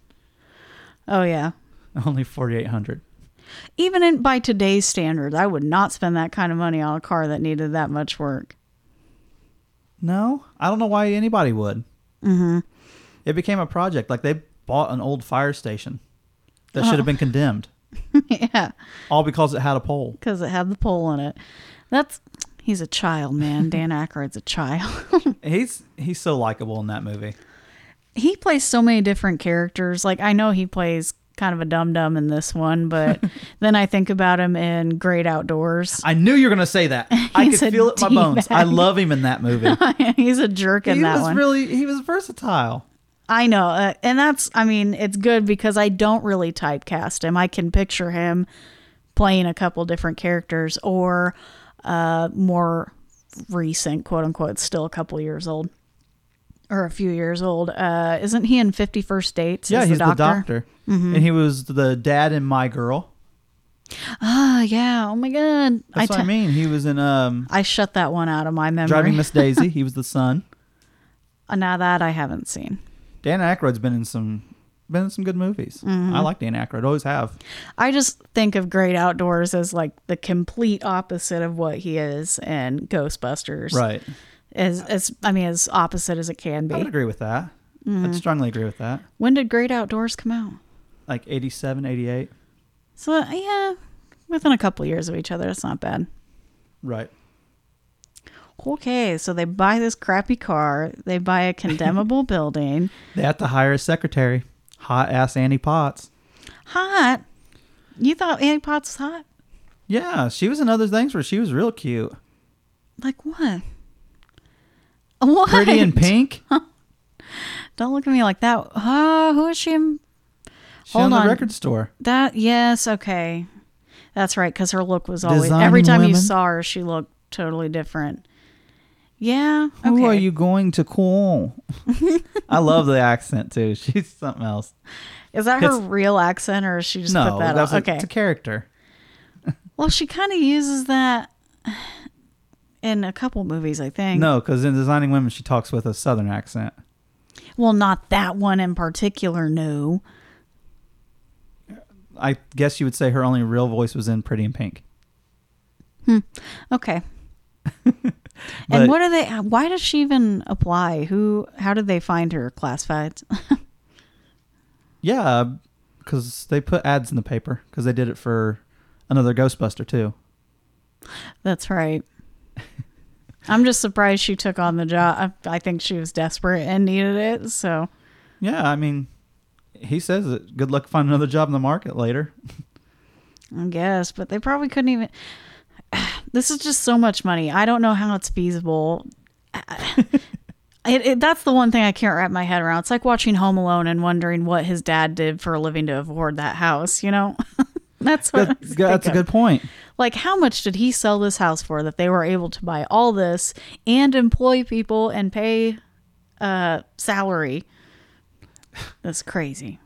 Oh yeah. only 4800 Even in, by today's standards, I would not spend that kind of money on a car that needed that much work. No, I don't know why anybody would. Mm-hmm. It became a project. Like they bought an old fire station that should have been condemned, Oh. yeah, all because it had a pole. because it had the pole in it. That's he's a child, man. Dan Aykroyd's a child. He's he's so likable in that movie. he plays so many different characters. Like I know he plays kind of a dum dum in this one, but then I think about him in Great Outdoors. I knew you were gonna say that. I He's could a feel it in my bones. I D-bag. love him in that movie. he's a jerk in he that was one. really he was versatile. I know, uh, and that's I mean it's good because I don't really typecast him. I can picture him playing a couple different characters or uh, more recent, quote unquote, still a couple years old or a few years old. Uh, isn't he in Fifty First Dates? Yeah, as he's the doctor, Mm-hmm. and he was the dad in My Girl. Oh yeah. Oh my god. That's what I t- mean. He was in um, I shut that one out of my memory. Driving Miss Daisy. He was the son. Uh, now that I haven't seen. Dan Aykroyd's been in some been in some good movies. Mm-hmm. I like Dan Aykroyd. Always have. I just think of Great Outdoors as like the complete opposite of what he is in Ghostbusters. Right. As as I mean, as opposite as it can I would be. agree with that. Mm-hmm. I'd strongly agree with that. When did Great Outdoors come out? Like 87, 88. So uh, yeah, within a couple years of each other. That's not bad. Right. Okay, so they buy this crappy car. They buy a condemnable building. They have to hire a secretary. Hot ass Annie Potts. Hot. You thought Annie Potts was hot? Yeah, she was in other things where she was real cute. Like what? What? Pretty in pink. Don't look at me like that. Oh, who is she? in- She owned Hold the on. record store. That yes, okay, that's right. Because her look was always Designing every time you women. saw her, she looked totally different. Yeah. Okay. Who are you going to call? I love the accent too. She's something else. Is that her It's- real accent, or is she just No, put that that's on? a, Okay. it's a character. Well, she kind of uses that in a couple movies, I think. No, because in Designing Women, she talks with a southern accent. Well, not that one in particular. No. I guess you would say her only real voice was in Pretty in Pink. Okay. But- and what are they? Why does she even apply? Who? How did they find her? Classified. Yeah, because they put ads in the paper because they did it for another Ghostbuster too. That's right. I'm just surprised she took on the job. I, I think she was desperate and needed it. So, Yeah, I mean, he says it. Good luck finding another job in the market later. I guess, but they probably couldn't even. This is just so much money. I don't know how it's feasible. It, it, that's the one thing I can't wrap my head around. It's like watching Home Alone and wondering what his dad did for a living to afford that house. You know, that's what I That, was that's a thinking. good point. Like, how much did he sell this house for that they were able to buy all this and employ people and pay uh, salary? That's crazy.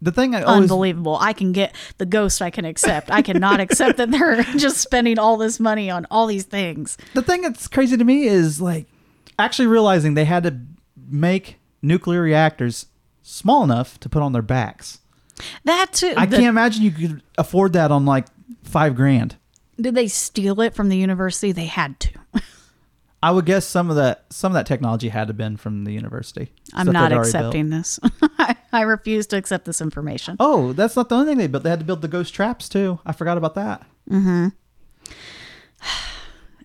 The thing I always Unbelievable. I can get the ghost I can accept. I cannot accept that they're just spending all this money on all these things. the thing that's crazy to me is like actually realizing they had to make nuclear reactors small enough to put on their backs. That too. I the- can't imagine you could afford that on like five grand. Did they steal it from the university? They had to. I would guess some of that some of that technology had to been from the university. I'm Stuff not they'd already built. accepting this. I, I refuse to accept this information. Oh, that's not the only thing they built. They had to build the ghost traps too. I forgot about that.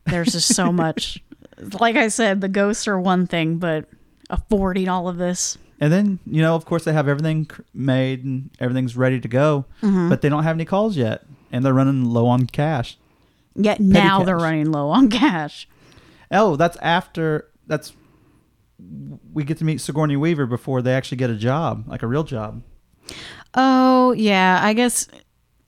There's just so much. Like I said, the ghosts are one thing, but affording all of this. And then you know, of course, they have everything cr- made and everything's ready to go, Mm-hmm. but they don't have any calls yet, and they're running low on cash. Yet now they're cash. running low on cash. Oh, that's after that's we get to meet Sigourney Weaver before they actually get a job, like a real job. Oh, yeah. I guess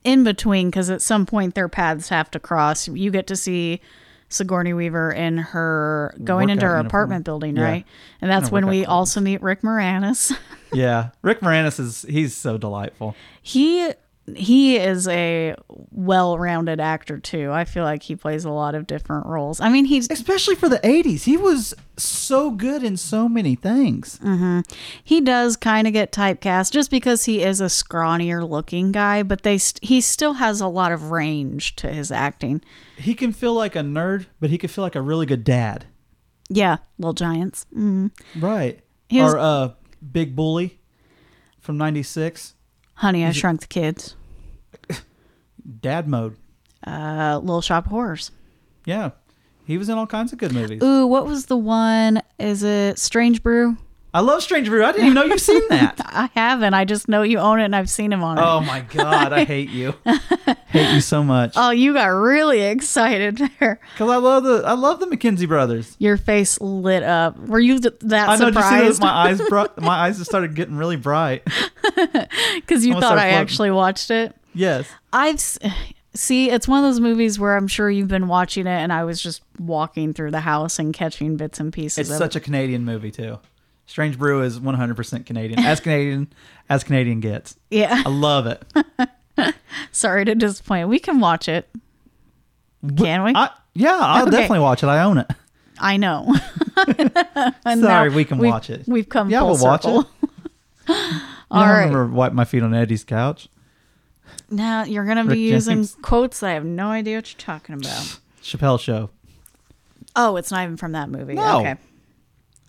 in between, because at some point their paths have to cross. You get to see Sigourney Weaver in her going into Workout her uniform. apartment building, Yeah. right? And that's Kinda when workout we clothes. also meet Rick Moranis. Yeah, Rick Moranis is he's so delightful. he he is a well-rounded actor too. I feel like he plays a lot of different roles. I mean, he's especially for the 80s he was so good in so many things he does kind of get typecast just because he is a scrawnier looking guy, but they st- he still has a lot of range to his acting. he can feel like a nerd but he can feel like a really good dad Yeah, little giants. Mm. right He was- or uh big bully from 96 Honey, I Shrunk the Kids. dad mode Uh, little Shop of Horrors. yeah he was in all kinds of good movies Ooh, what was the one? Is it Strange Brew? i love strange brew i didn't even know you've seen that I haven't. I just know you own it and I've seen him on it. oh my god i hate you hate you so much Oh, you got really excited there. because i love the i love the mckinsey brothers Your face lit up. Were you th- that I know. did you see surprised? that? My eyes, bro- my eyes just started getting really bright. Because you almost thought started I floating. actually watched it. Yes, I've s- see. It's one of those movies where I'm sure you've been watching it, and I was just walking through the house and catching bits and pieces. It's of such a Canadian movie too. Strange Brew is 100% Canadian, as Canadian as Canadian gets. it. Yeah. I love it. Sorry to disappoint. We can watch it. Can we? I, I, yeah, I'll Okay. definitely watch it. I own it. know. And Sorry, now we can we've- watch it. We've come. yeah, full we'll watch circle. it. You All know, I right. remember wiping my feet on Eddie's couch. Now you're gonna be Rick using James. quotes that I have no idea what you're talking about. Chappelle Show. Oh, it's not even from that movie. No. Okay.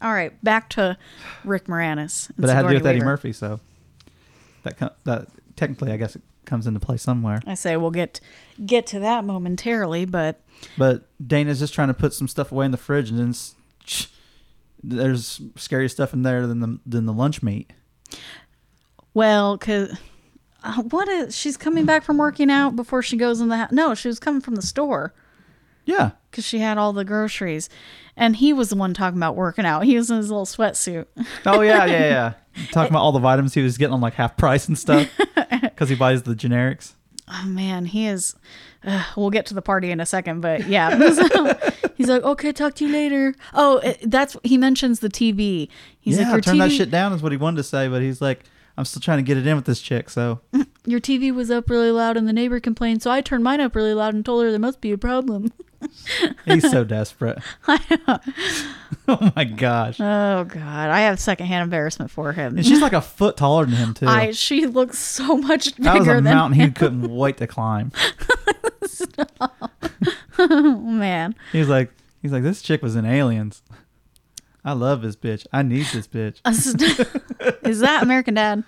All right, back to Rick Moranis. and But it had to do Sigourney with Eddie Weaver. Murphy, so that com- that technically, I guess, it comes into play somewhere. I say we'll get get to that momentarily, but But Dana's just trying to put some stuff away in the fridge, and then s- there's scarier stuff in there than the than the lunch meat. well, cause uh, what is she's coming back from working out before she goes in the house? No, she was coming from the store Yeah, because she had all the groceries, and he was the one talking about working out. He was in his little sweatsuit. Oh yeah, yeah, yeah. Talking about all the vitamins he was getting on like half price and stuff because he buys the generics. Oh man, he is. Uh, we'll get to the party in a second, but yeah, he's like, okay, talk to you later. Oh, it- that's he mentions the TV. He's yeah, like, your turn TV, that shit down is what he wanted to say, but he's like, I'm still trying to get it in with this chick. So your TV was up really loud, and the neighbor complained, so I turned mine up really loud and told her there must be a problem. he's so desperate. oh my gosh, and Oh God, I have secondhand embarrassment for him. she's like a foot taller than him too. I she looks so much that was bigger a than mountain he couldn't wait to climb. Oh, man. He's like, he's like, this chick was in Aliens. I love this bitch. I need this bitch. Is that American Dad?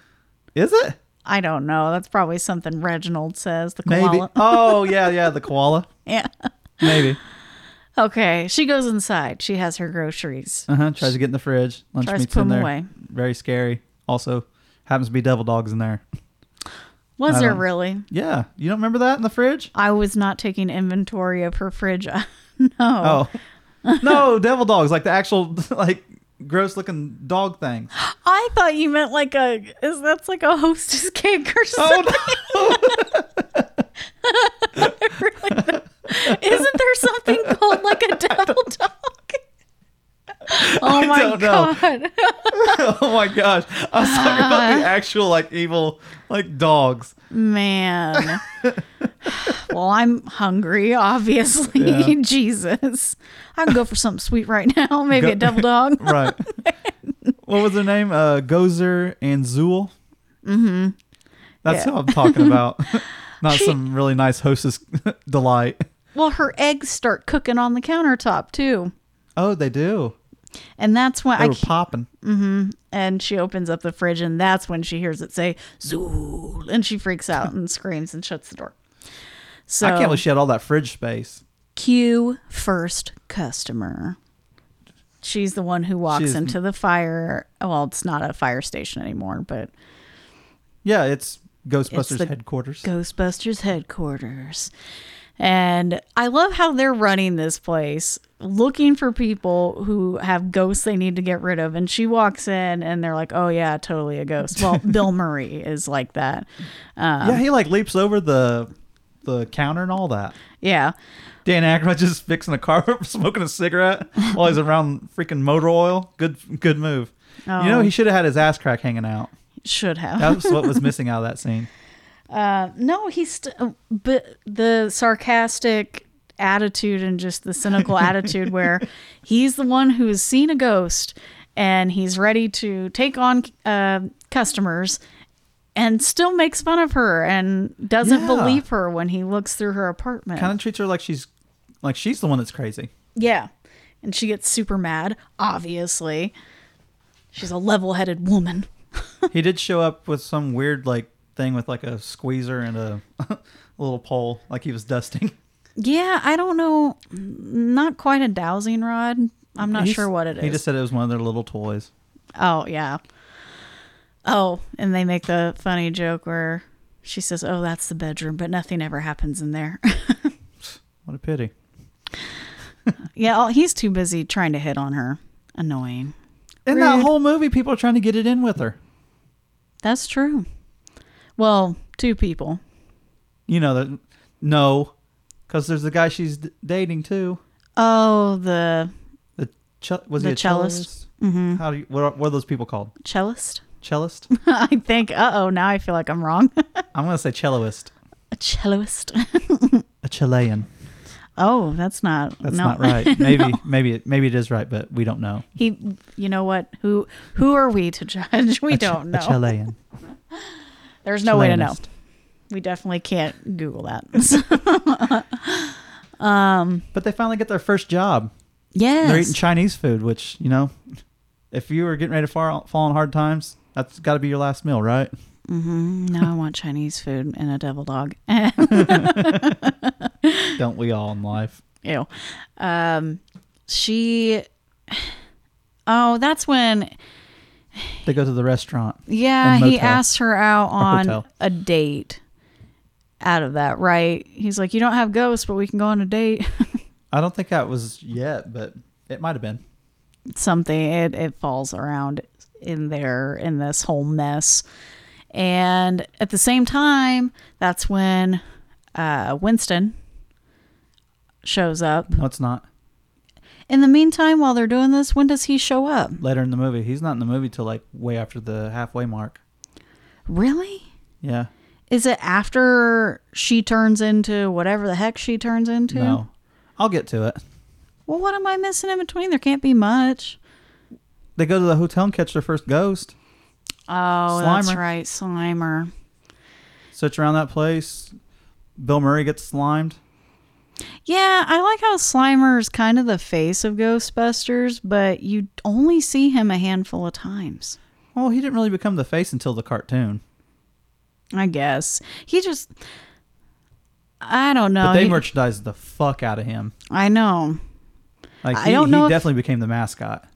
Is it? I don't know. That's probably something Reginald says. The koala. Maybe. Oh yeah, yeah, the koala. Yeah. Maybe. Okay. She goes inside. She has her groceries. Uh huh. Tries to get in the fridge. Lunch Tries to meat's put in 'em there. away. Very scary. Also, happens to be devil dogs in there. Was there don't- really? Yeah, you don't remember that in the fridge? I was not taking inventory of her fridge. no. Oh, no, devil dogs, like the actual like gross looking dog thing. I thought you meant like a is that's like a hostess cake or something. Oh Isn't there something called like a devil dog? Oh my don't know. god. no. oh my gosh. I was talking about Uh. the actual like evil like dogs. Man. well, I'm hungry, obviously. Yeah. Jesus. I can go for something sweet right now. Maybe a devil dog. Right. what was their name? Uh Gozer and Zool. Mm-hmm. That's Yeah. who I'm talking about. Not She- some really nice hostess delight. Well, her eggs start cooking on the countertop too. Oh, they do. And that's when They I were ca- popping. and she opens up the fridge and that's when she hears it say Zool and she freaks out and screams and shuts the door. So I can't believe she had all that fridge space. Q first customer. She's the one who walks She's- into the fire. Well, it's not a fire station anymore, but Yeah, it's Ghostbusters the headquarters. Ghostbusters headquarters. And I love how they're running this place, looking for people who have ghosts they need to get rid of. And she walks in and they're like, oh, yeah, totally a ghost. Well, Bill Murray is like that. yeah, he like leaps over the the counter and all that. Yeah. Dan Aykroyd just fixing a car, smoking a cigarette while he's around freaking motor oil. Good, good move. You know Oh. he should have had his ass crack hanging out. Should have. That's what was missing out of that scene. No, he's st- uh, but the sarcastic attitude and just the cynical attitude where he's the one who has seen a ghost and he's ready to take on uh, customers and still makes fun of her and doesn't Yeah. believe her when he looks through her apartment. Kind of treats her like she's like she's the one that's crazy. yeah. And she gets super mad, obviously. She's a level-headed woman. He did show up with some weird like thing with like a squeezer and a little pole, like he was dusting. Yeah, I don't know, not quite a dowsing rod. I'm not He's- sure what it is. He just said it was one of their little toys. Oh yeah. Oh, and they make the funny joke where she says, "Oh, that's the bedroom," but nothing ever happens in there. What a pity. yeah, oh, he's too busy trying to hit on her. Annoying. In that Rude. whole movie, people are trying to get it in with her. That's true. Well, two people. You know that? No, because there's the guy she's d- dating too. Oh, the The cel- was The he a cellist. Mm-hmm. cellist? How do you, what, are, what are those people called? cellist. Cellist? I think. Uh oh, now I feel like I'm wrong. I'm gonna say celloist. A celloist. A Chilean. oh, that's not. That's no. not right. Maybe maybe it, maybe it is right, but we don't know. He. You know what? Who? Who are we to judge? We A Chi- don't know. A Chilean. There's no way to know. Chileanist. We definitely can't Google that. So- But they finally get their first job. They're eating Yes. Chinese food, which you know, if you were getting ready to fall, fall on hard times, that's got to be your last meal, right? now I want Chinese food and a devil dog. Don't we all in life? Ew. Um, she. Oh, that's when. They go to the restaurant. Yeah, And he motel. asked her out on hotel. a date. Out of that, right? He's like, "You don't have ghosts, but we can go on a date." I don't think that was yet, but it might have been. Something. It it falls around in there in this whole mess. And at the same time, that's when uh, Winston shows up. No, it's not. In the meantime, while they're doing this, when does he show up? Later in the movie, he's not in the movie till like way after the halfway mark. Really? Yeah. Is it after she turns into whatever the heck she turns into? No. I'll get to it. Well, what am I missing in between? There can't be much. They go to the hotel and catch their first ghost. Oh, that's Slimer. right, Slimer. Search around that place. Bill Murray gets slimed. Yeah, I like how Slimer is kind of the face of Ghostbusters, but you only see him a handful of times. Well, he didn't really become the face until the cartoon. I guess he just. I don't know. But they He- merchandised the fuck out of him. I know. Like I he, don't he know if- definitely became the mascot.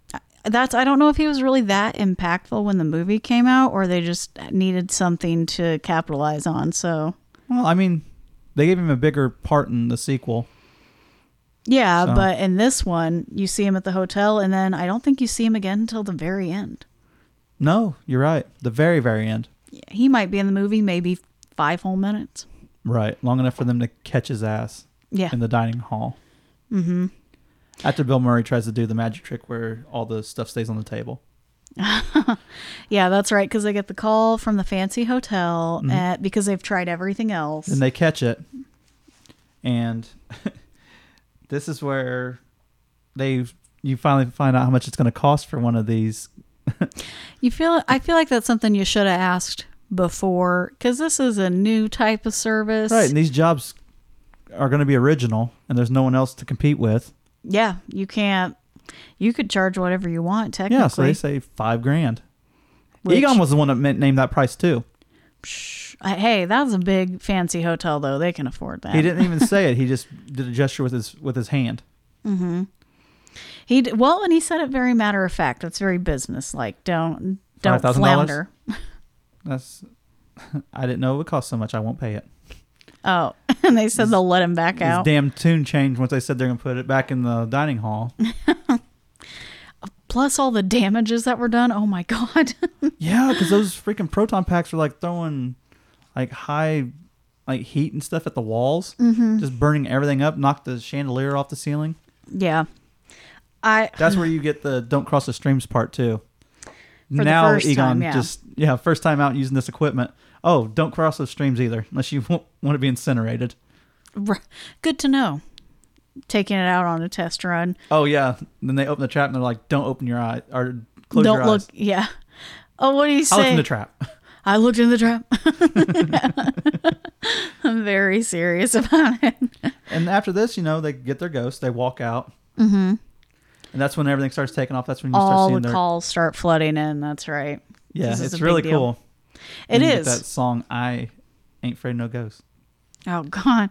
that's I don't know if he was really that impactful when the movie came out or they just needed something to capitalize on. So, Well, I mean, they gave him a bigger part in the sequel. Yeah, So- but in this one, you see him at the hotel, and then I don't think you see him again until the very end. No, you're right. The very, very end. He might be in the movie maybe five whole minutes. Right. Long enough for them to catch his ass Yeah. in the dining hall. Mm-hmm. After Bill Murray tries to do the magic trick where all the stuff stays on the table. Yeah, that's right. Because they get the call from the fancy hotel at, because they've tried everything else. Then Mm-hmm. they catch it. And this is where they you finally find out how much it's going to cost for one of these. you feel? I feel like that's something you should have asked before, because this is a new type of service. Right. And these jobs are going to be original and there's no one else to compete with. Yeah, you can't. You could charge whatever you want technically. Yeah, so they say five grand. Which- Egon was the one that ma- named that price too. Psh, hey, that was a big fancy hotel though. They can afford that. He didn't even say it. He just did a gesture with his with his hand. He d- well, and he said it very matter of fact. It's very business like. Don't don't $5,000? flounder. That's I didn't know it would cost so much. I won't pay it. Oh, and they said they'll let him back His out. damn tune changed once they said they're gonna put it back in the dining hall. Plus all the damages that were done. Oh my god. yeah, because those freaking proton packs were like throwing like high like heat and stuff at the walls, Mm-hmm. just burning everything up. Knocked the chandelier off the ceiling. yeah. I That's where you get the "Don't Cross the Streams" part too. the now first Egon time, yeah. just yeah, first time out using this equipment. Oh, don't cross those streams either, unless you want to be incinerated. r- good to know. Taking it out on a test run. Oh yeah. Then they open the trap and they're like, "Don't open your eye or close don't your look. eyes." Yeah. Oh, what do you say? I looked in the trap. I looked in the trap. I'm very serious about it. And after this, you know, they get their ghost. They walk out. Mm-hmm. And that's when everything starts taking off. That's when you start All seeing the their calls start flooding in. That's right. yeah. This is It's a really big deal. cool. It And you get is. that song. I ain't afraid of no ghosts. Oh God!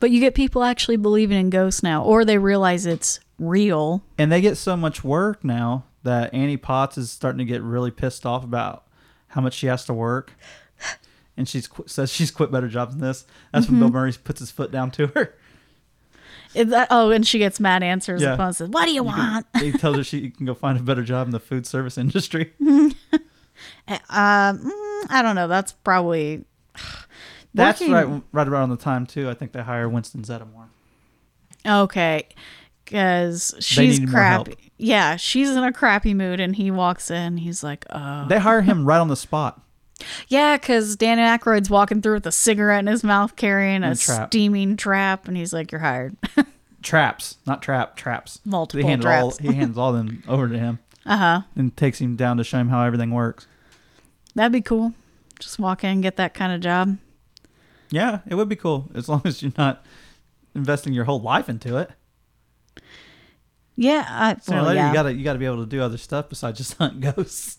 But you get people actually believing in ghosts now, or they realize it's real. And they get so much work now that Annie Potts is starting to get really pissed off about how much she has to work. And she's qu- says she's quit better jobs than this. That's when Mm-hmm. Bill Murray puts his foot down to her. Is that, oh, and she gets mad answers. Yeah. Yeah. and says, "What do you, want?" he tells her she can go find a better job in the food service industry. Um, mm, I don't know. That's probably That's Working- right, right around the time too. I think they hire Winston Zeddemore. okay because she's needed more crappy. help. Yeah, she's in a crappy mood, and he walks in. He's like, "Oh, They hire him right on the spot. yeah," because Dan Aykroyd's walking through with a cigarette in his mouth, carrying a And trap. steaming trap, and he's like, "You're hired." Traps, not trap, traps. Multiple he hands All, traps. Uh-huh. he hands all them over to him. Uh huh. And takes him down to show him how everything works. That'd be cool. Just walk in, and get that kind of job. Yeah, it would be cool as long as you're not investing your whole life into it. Yeah, I, Sooner or well, later, yeah. you gotta you gotta be able to do other stuff besides just hunt ghosts.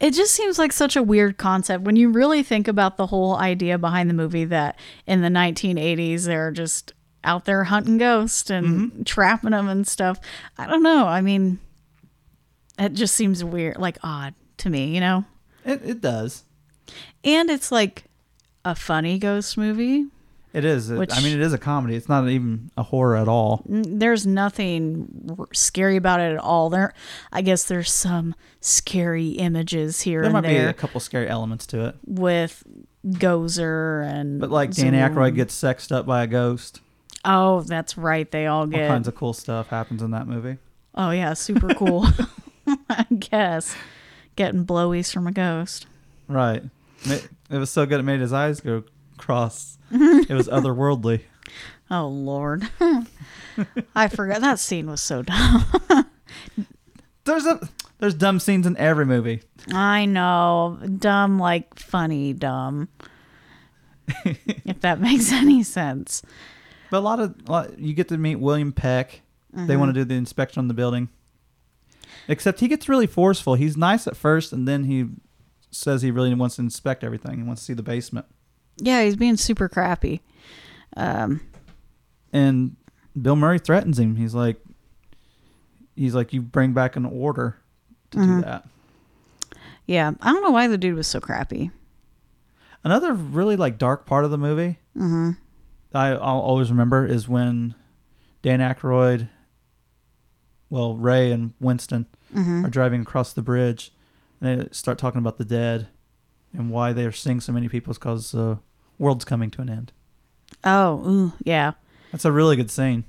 It just seems like such a weird concept when you really think about the whole idea behind the movie that in the 1980s they're just out there hunting ghosts and Mm-hmm. trapping them and stuff. I don't know. I mean, it just seems weird, like odd to me, you know? It it does. And it's like a funny ghost movie. It is. It- Which- I mean, it is a comedy. It's not even a horror at all. N- There's nothing r- scary about it at all. There, I guess there's some scary images here There and might there. be a couple scary elements to it, with Gozer and but like Dan Aykroyd Zoom. gets sexed up by a ghost. Oh, that's right. They all All get. kinds of cool stuff happens in that movie. oh yeah, super cool. I guess getting blowies from a ghost. Right. Ma- It was so good it made his eyes go cross. it was otherworldly. Oh lord, I forgot that scene was so dumb. There's a there's dumb scenes in every movie. I know, dumb like funny dumb. if that makes any sense. But a lot of a lot, you get to meet William Peck. They want to do the inspection on the building. Except he gets really forceful. He's nice at first, and then he says he really wants to inspect everything and wants to see the basement. Yeah, he's being super crappy. Um, And Bill Murray threatens him. He's like, he's like, you bring back an order to do that. yeah, I don't know why the dude was so crappy. Another Mm-hmm. really like dark part of the movie I, I'll always remember is when Dan Aykroyd, well, Ray and Winston Mm-hmm. are driving across the bridge, and they start talking about the dead and why they are seeing so many people is because the world's coming to an end. Oh, ooh, yeah. That's a really good scene.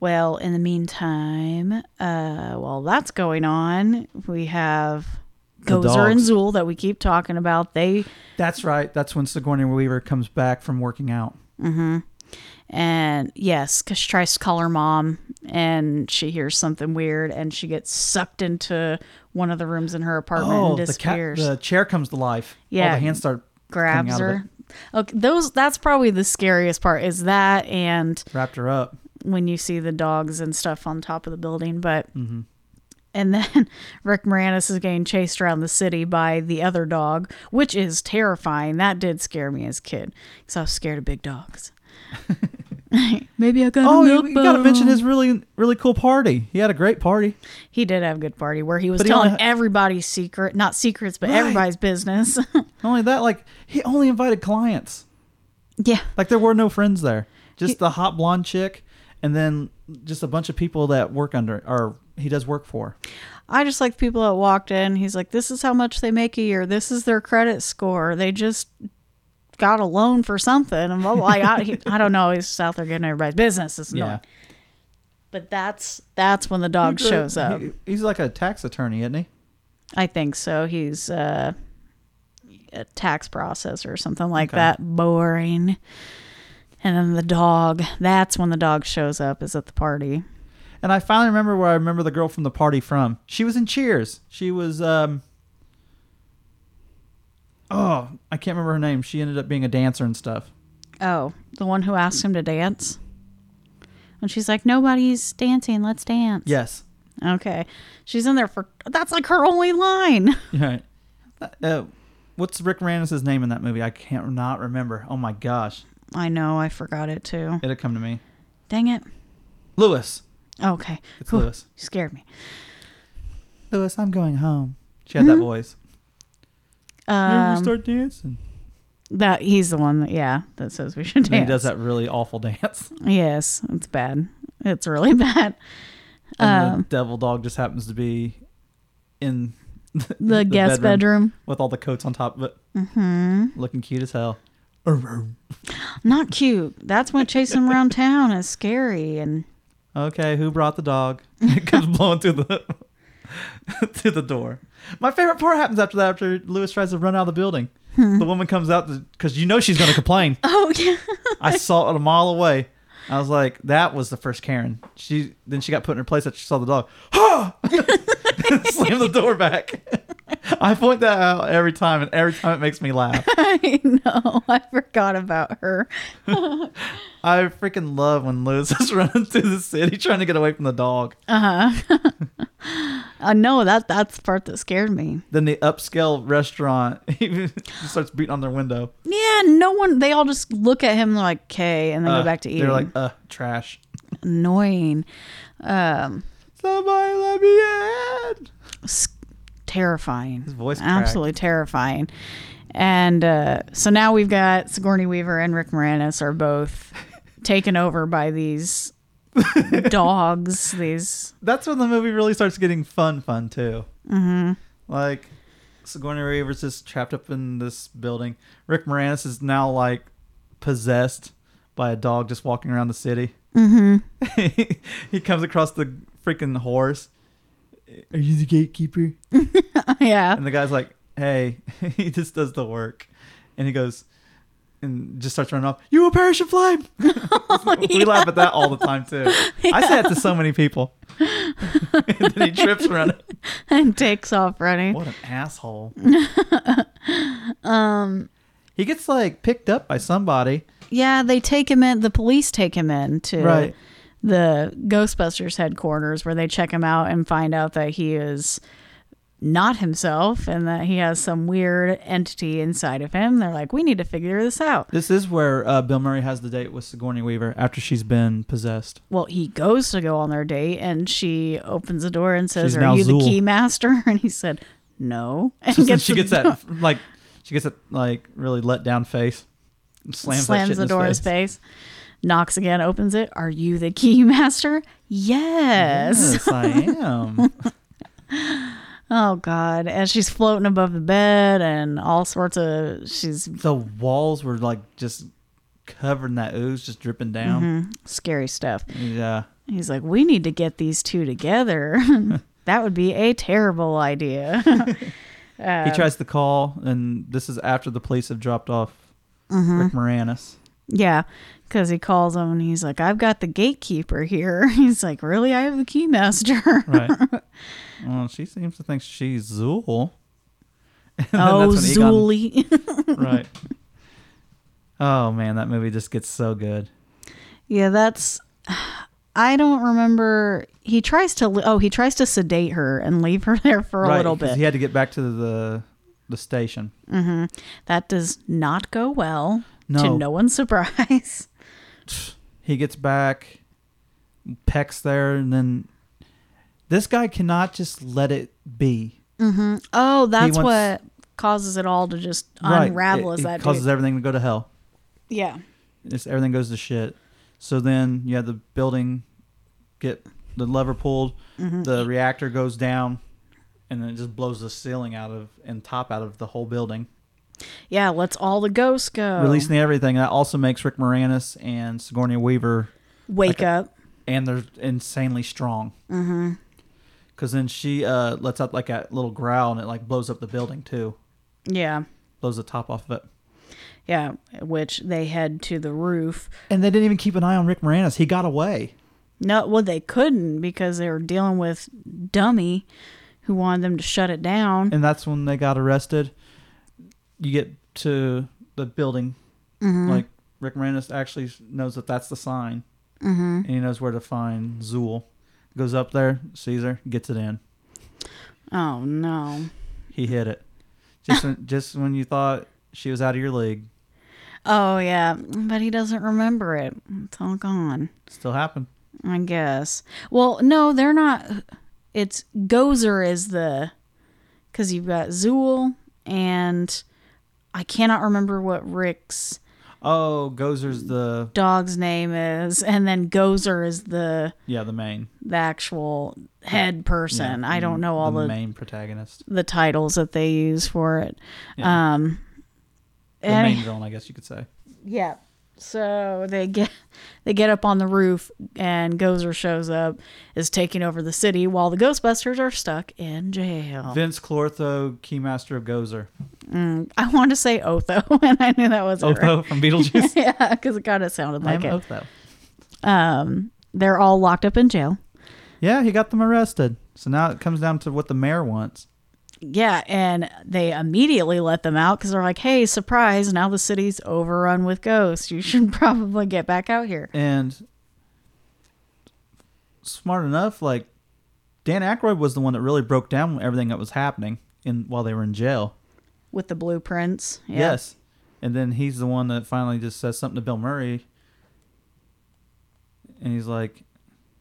Well, in the meantime, uh, while that's going on, we have The Gozer and dogs. Zool that we keep talking about. They That's right. That's when Sigourney Weaver comes back from working out. and yes, because she tries to call her mom, and she hears something weird, and she gets sucked into one of the rooms in her apartment Oh, and the, cat, disappears. the chair comes to life. Yeah. All the hands start coming grabs out of her. Okay, those that's probably the scariest part is that, and it, wrapped her up. when you see the dogs and stuff on top of the building, but. And then Rick Moranis is getting chased around the city by the other dog, which is terrifying. That did scare me as a kid because I was scared of big dogs. Maybe I got Oh, a you, milk you got to mention bone. his really, really cool party. He had a great party. He did have a good party where he was But he telling only- everybody's secret, not secrets, but Right. everybody's business. Not only that, like he only invited clients. yeah. Like there were no friends there. Just the hot blonde chick, and then just a bunch of people that work under or he does work for. I just like the people that walked in. He's like, this is how much they make a year. This is their credit score. They just got a loan for something. And blah, blah. Like, I, he, I don't know. He's just out there getting everybody's business. It's Yeah. annoying. But that's that's when the dog shows up. He- he's like a tax attorney, isn't he? I think so. He's uh, a tax processor or something like that. Boring. And then the dog. That's when the dog shows up. Is at the party. And I finally remember where I remember the girl from the party from. She was in Cheers. She was um Oh, I can't remember her name. She ended up being a dancer and stuff. Oh, the one who asked him to dance. And she's like, nobody's dancing. Let's dance. Yes. Okay. She's in there for. That's like her only line. Right. Uh, what's Rick Moranis' name in that movie? I can't not remember. Oh my gosh. I know. I forgot it too. It'll come to me. Dang it. Lewis. Okay. It's Whew, Lewis. you scared me. Lewis, I'm going home. Hmm. She had that voice. Remember, Um, start dancing. that he's the one that yeah that says we should And then dance. he does that really awful dance. Yes, it's bad. It's really bad. And Um, the devil dog just happens to be in the, The, guest bedroom. with all the coats on top of it, looking cute as hell. Hmm. not cute. That's when chasing him around town is scary. And Okay, who brought the dog? It comes blowing through the through the door. My favorite part happens after that. After Lewis tries to run out of the building, Hmm. the woman comes out because you know she's going to complain. oh yeah, I saw it a mile away. I was like, that was the first Karen. She then she got put in her place after she saw the dog. Slam the door back. I point that out every time, and every time it makes me laugh. I know. I forgot about her. I freaking love when Lewis is running through the city trying to get away from the dog. I know that that's the part that scared me. Then the upscale restaurant he starts beating on their window. Yeah, no one. They all just look at him and they're like, "Okay," and then Uh, go back to eating. They're like, uh, trash. Annoying, um, Somebody let me in. S- terrifying. His voice cracked. absolutely terrifying. And uh, so now we've got Sigourney Weaver and Rick Moranis are both taken over by these dogs. These that's when the movie really starts getting fun, fun too. Mm-hmm. Like Sigourney Weaver's just trapped up in this building. Rick Moranis is now like possessed by a dog just walking around the city. Mm-hmm. he comes across the freaking horse. Are you the gatekeeper? yeah, And the guy's like, "Hey," he just does the work, and he goes. And just starts running off. You will perish in flame. we laugh at that all the time too. I say that to so many people. and then he trips running. and takes off running. What an asshole. um, Um, he gets like picked up by somebody. Yeah, they take him in. The police take him in to Right. the Ghostbusters headquarters, where they check him out and find out that he is not himself and that he has some weird entity inside of him. They're like, we need to figure this out. This is where uh, Bill Murray has the date with Sigourney Weaver after she's been possessed. Well, he goes to go on their date, and she opens the door and says, She's "Are now you Zool. the key master?" And he said, "No." And And she the gets that like she gets that like really let down face. and Slams, that shit slams in the his door in his face. face. Knocks again, opens it. Are you the key master? Yes. Yes, I am. Oh God. And she's floating above the bed and all sorts of she's the walls were like just covered in that ooze, just dripping down. scary stuff. Yeah. He's like, we need to get these two together. that would be a terrible idea. he Uh, tries to call, and this is after the police have dropped off Mm-hmm. Rick Moranis. yeah. Because he calls him and he's like, I've got the gatekeeper here. He's like, Really? I have the key master. Right. well, she seems to think she's Zool. And then oh, that's when Egon- Zooly. Right. Oh man, that movie just gets so good. Yeah, that's. I don't remember. He tries to. Oh, he tries to sedate her and leave her there for a right, little 'cause bit. He had to get back to the the station. that does not go well. No. To no one's surprise. He gets back, Peck's there, and then this guy cannot just let it be. Oh, that's wants- what causes it all to just Right, unravel. it- is it that causes dude. everything to go to hell. Yeah. It's, everything goes to shit. So then you have the building get the lever pulled, the reactor goes down, and then it just blows the ceiling out of and top out of the whole building. Yeah, let's all the ghosts go. Releasing everything. That also makes Rick Moranis and Sigourney Weaver Wake up. and they're insanely strong. Mm-hmm. Cause then she uh, lets out like a little growl and it like blows up the building too, Yeah. blows the top off of it. Yeah. Which they head to the roof. And they didn't even keep an eye on Rick Moranis. He got away. No, well, they couldn't because they were dealing with Dummy who wanted them to shut it down. and that's when they got arrested. You get to the building, like Rick Moranis actually knows that that's the sign, mm-hmm. and he knows where to find Zool. Goes up there, sees her, gets it in. Oh, no. He hit it. Just when, just when you thought she was out of your league, Oh, yeah. But he doesn't remember it. It's all gone, still happened. I guess. Well, no, they're not. It's Gozer is the. Because you've got Zool and I cannot remember what Rick's Oh, Gozer's the dog's name is. And then Gozer is the. yeah the main the actual head person. I don't know all Mm, the, the, main protagonist, the titles that they use for it. Yeah. Um, the and- main villain, I guess you could say. yeah. So they get they get up on the roof and Gozer shows up, is taking over the city while the Ghostbusters are stuck in jail. Vince Clortho, Keymaster of Gozer, I wanted to say Otho, and I knew that wasn't right. Otho from Beetlejuice. Yeah, because it kind of sounded I'm like it. Otho. Um, they're all locked up in jail. Yeah, he got them arrested. So now it comes down to what the mayor wants. Yeah, and they immediately let them out because they're like, "Hey, surprise! Now the city's overrun with ghosts. You should probably get back out here." And smart enough, like Dan Aykroyd was the one that really broke down everything that was happening in while they were in jail. With the blueprints, yeah. Yes. And then he's the one that finally just says something to Bill Murray. And he's like,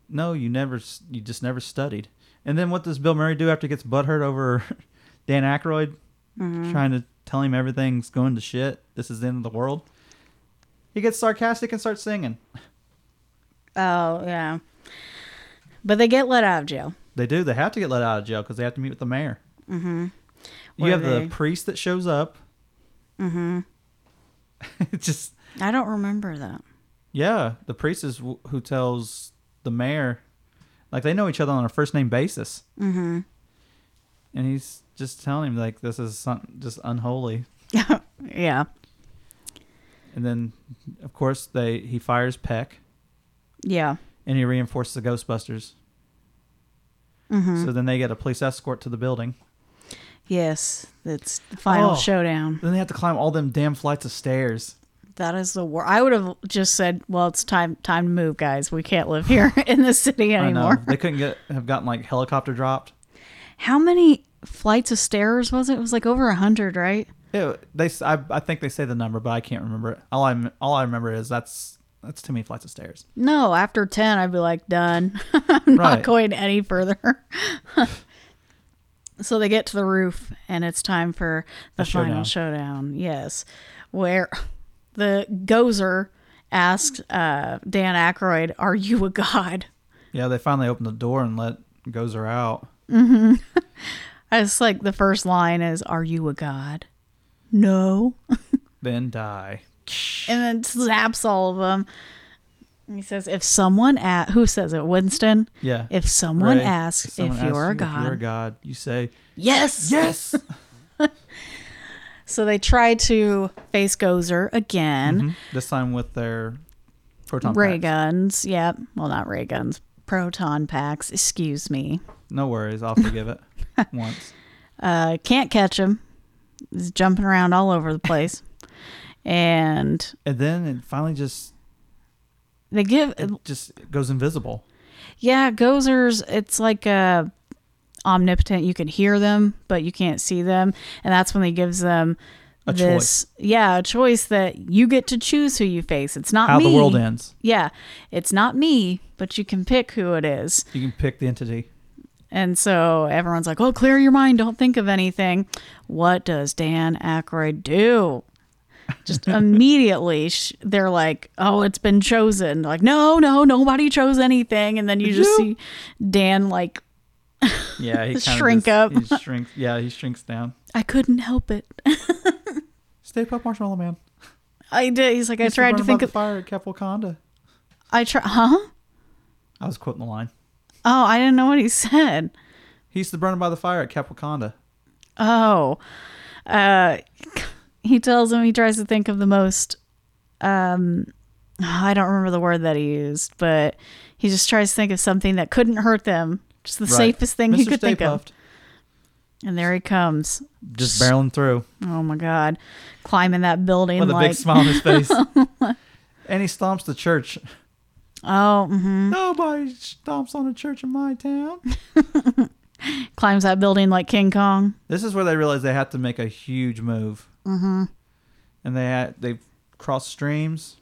"No, you never s- you just never studied." And then what does Bill Murray do after he gets butthurt over Dan Aykroyd Mm-hmm. trying to tell him everything's going to shit? This is the end of the world. He gets sarcastic and starts singing. Oh, yeah. But they get let out of jail. They do. They have to get let out of jail because they have to meet with the mayor. Mm-hmm. You Where have they- the priest that shows up. Mm-hmm. just I don't remember that. Yeah, the priest is w- who tells the mayor, like they know each other on a first name basis. Mm-hmm. And he's just telling him like this is something just unholy. Yeah, And then, of course, they he fires Peck yeah, and he reinforces the Ghostbusters. So then they get a police escort to the building. yes. It's the final Oh. showdown. Then they have to climb all them damn flights of stairs. That is the war. I would have just said, "Well, it's time time to move, guys. We can't live here in this city I anymore." know they couldn't get have gotten like helicopter dropped. How many flights of stairs was it? It was like over a hundred, right? Yeah, they. s- I, I think they say the number, but I can't remember it. All I all I remember is that's that's too many flights of stairs. No, after 10, I'd be like, done. I'm not Right. going any further. so they get to the roof, and it's time for the, final showdown. Yes. Where the Gozer asked uh, Dan Aykroyd, "Are you a god?" Yeah, they finally opened the door and let Gozer out. It's like the first line is, "Are you a god?" No, Then die. and then zaps all of them. He says, "If someone at who says it, Winston, Yeah. if someone Ray, asks if, someone asks you're, a you god, if you're a god, you say yes, yes. So they try to face Gozer again." this time with their proton ray packs. guns. Yep. Well, not ray guns. Proton packs. Excuse me. No worries, I'll forgive it once. Uh, can't catch him. He's jumping around all over the place, and And then it finally just they give. it just goes invisible. Yeah, Gozers. It's like a omnipotent. You can hear them, but you can't see them, and that's when he gives them. A this yeah a choice that you get to choose who you face it's not How me the world ends. yeah it's not me but you can pick who it is You can pick the entity. And so everyone's like, "Oh, clear your mind. Don't think of anything." What does Dan Aykroyd do? Just immediately, sh- they're like, "Oh, it's been chosen." Like, no, no, nobody chose anything. And then you just see Dan like, Yeah, he kinda Shrink just- up. He shrinks. Yeah, he shrinks down. "I couldn't help it. Stay put, Marshmallow Man. I did." He's like, "I tried to think the of. fire at Kepwalkonda. I try, huh? I was quoting the line. Oh, I didn't know what he said. He used to burn by the fire at Capwaconda. Oh, uh, he tells him he tries to think of the most. Um, I don't remember the word that he used, but he just tries to think of something that couldn't hurt them. Just the safest thing he could think of. And there he comes. Just barreling through Oh my God, climbing that building with a like big smile on his face. and he stomps the church. oh, mhm. Nobody stomps on a church in my town. climbs that building like King Kong. This is where they realize they have to make a huge move. Mm-hmm. And they had, they cross streams.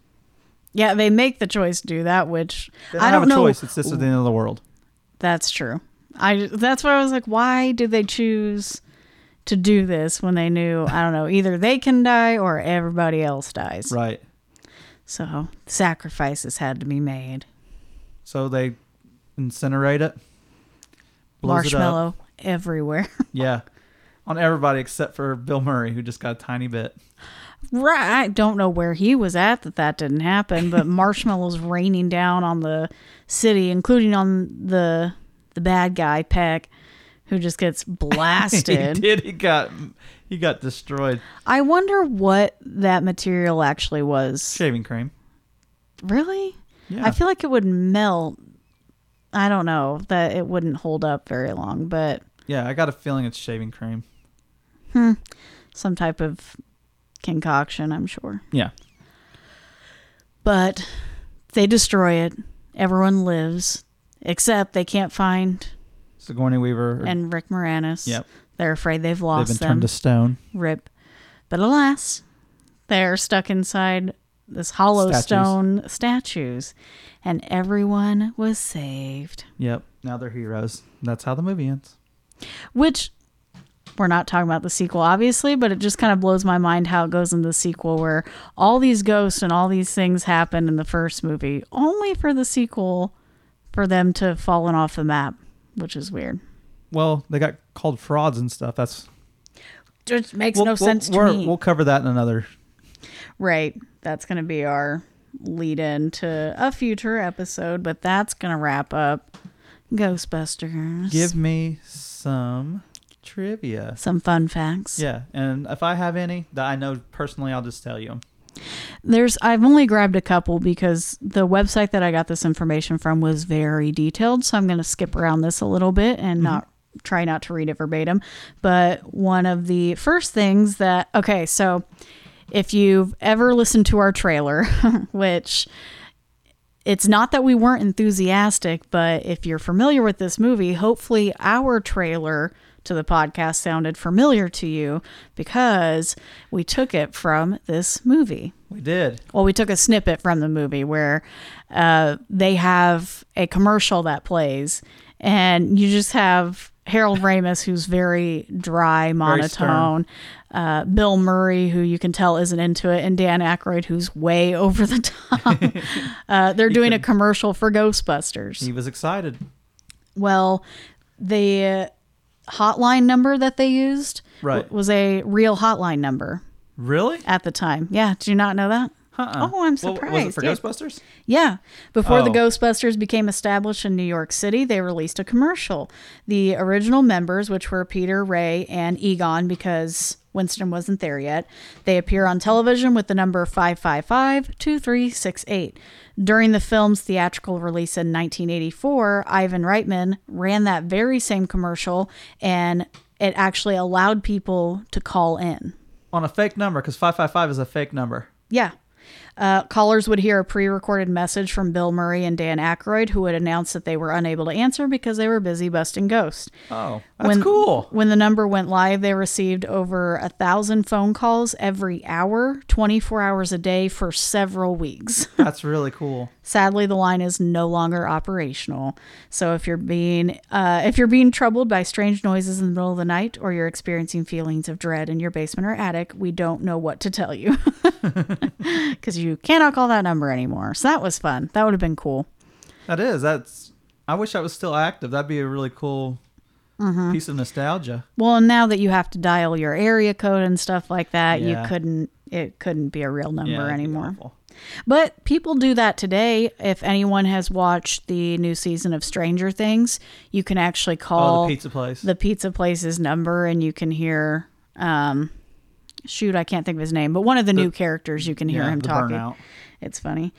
Yeah, they make the choice to do that, which They I don't have a know. choice. It's this is the end of the world. That's true. I that's why I was like, why did they choose to do this when they knew I don't know either they can die or everybody else dies. Right. So sacrifices had to be made. So they incinerate it. blows it up. Marshmallow everywhere. Yeah. On everybody except for Bill Murray, who just got a tiny bit. right. I don't know where he was at that that didn't happen, but marshmallows raining down on the city, including on the the bad guy Peck, who just gets blasted. He did. He got he got destroyed. I wonder what that material actually was. Shaving cream. Really? Yeah. I feel like it would melt. I don't know that it wouldn't hold up very long, but yeah, I got a feeling it's shaving cream. some type of concoction, I'm sure. Yeah. But they destroy it. Everyone lives, except they can't find Sigourney Weaver. And and Rick Moranis. Yep. They're afraid they've they've lost been them. turned to stone. Rip. But alas, they're stuck inside this hollow Statues. stone statues, and everyone was saved. Yep. Now they're heroes. That's how the movie ends. which we're not talking about the sequel obviously but it just kind of blows my mind how it goes in the sequel where all these ghosts and all these things happen in the first movie only for the sequel for them to have fallen off the map which is weird Well, they got called frauds and stuff. That's just makes we'll- no we'll- sense to we're- me We'll cover that in another. right that's going to be our lead in to a future episode but that's going to wrap up ghostbusters Give me some trivia. some fun facts Yeah, and if I have any that I know personally, I'll just tell you. 'em. There's I've only grabbed a couple because the website that I got this information from was very detailed, so I'm going to skip around this a little bit and not try not to read it verbatim. But one of the first things that okay, so if you've ever listened to our trailer, which it's not that we weren't enthusiastic, but if you're familiar with this movie, hopefully our trailer to the podcast sounded familiar to you because we took it from this movie. We did. Well, we took a snippet from the movie where uh, they have a commercial that plays, and you just have Harold Ramis, who's very dry, monotone, uh, Bill Murray, who you can tell isn't into it, and Dan Aykroyd, who's way over the top. uh, they're doing a commercial for Ghostbusters. He was excited. Well, the hotline number that they used Right. was a real hotline number Really? at the time. Yeah, do you not know that? Uh-uh. Oh, I'm Well, surprised. was it for yeah. Ghostbusters? Yeah. Before the Oh. Ghostbusters became established in New York City, they released a commercial. The original members, which were Peter, Ray, and Egon, because Winston wasn't there yet, they appear on television with the number 555 2368. During the film's theatrical release in 1984, Ivan Reitman ran that very same commercial and it actually allowed people to call in. On a fake number, because 555 is a fake number. Yeah. Uh, callers would hear a pre recorded message from Bill Murray and Dan Aykroyd, who would announce that they were unable to answer because they were busy busting ghosts. Oh, that's when, cool. When the number went live, they received over a thousand phone calls every hour, 24 hours a day for several weeks. That's really cool. Sadly, the line is no longer operational. So if you're being uh, if you're being troubled by strange noises in the middle of the night, or you're experiencing feelings of dread in your basement or attic, we don't know what to tell you because you cannot call that number anymore. So that was fun. That would have been cool. That is. That's. I wish I was still active. That'd be a really cool Mm-hmm. piece of nostalgia. Well, and now that you have to dial your area code and stuff like that, Yeah. you couldn't. It couldn't be a real number Yeah, that'd be anymore. awful. But people do that today. If anyone has watched the new season of Stranger Things, you can actually call Oh, the pizza place. the pizza place's number and you can hear um shoot i can't think of his name but one of the, new characters you can hear yeah, him the talking burnout. it's funny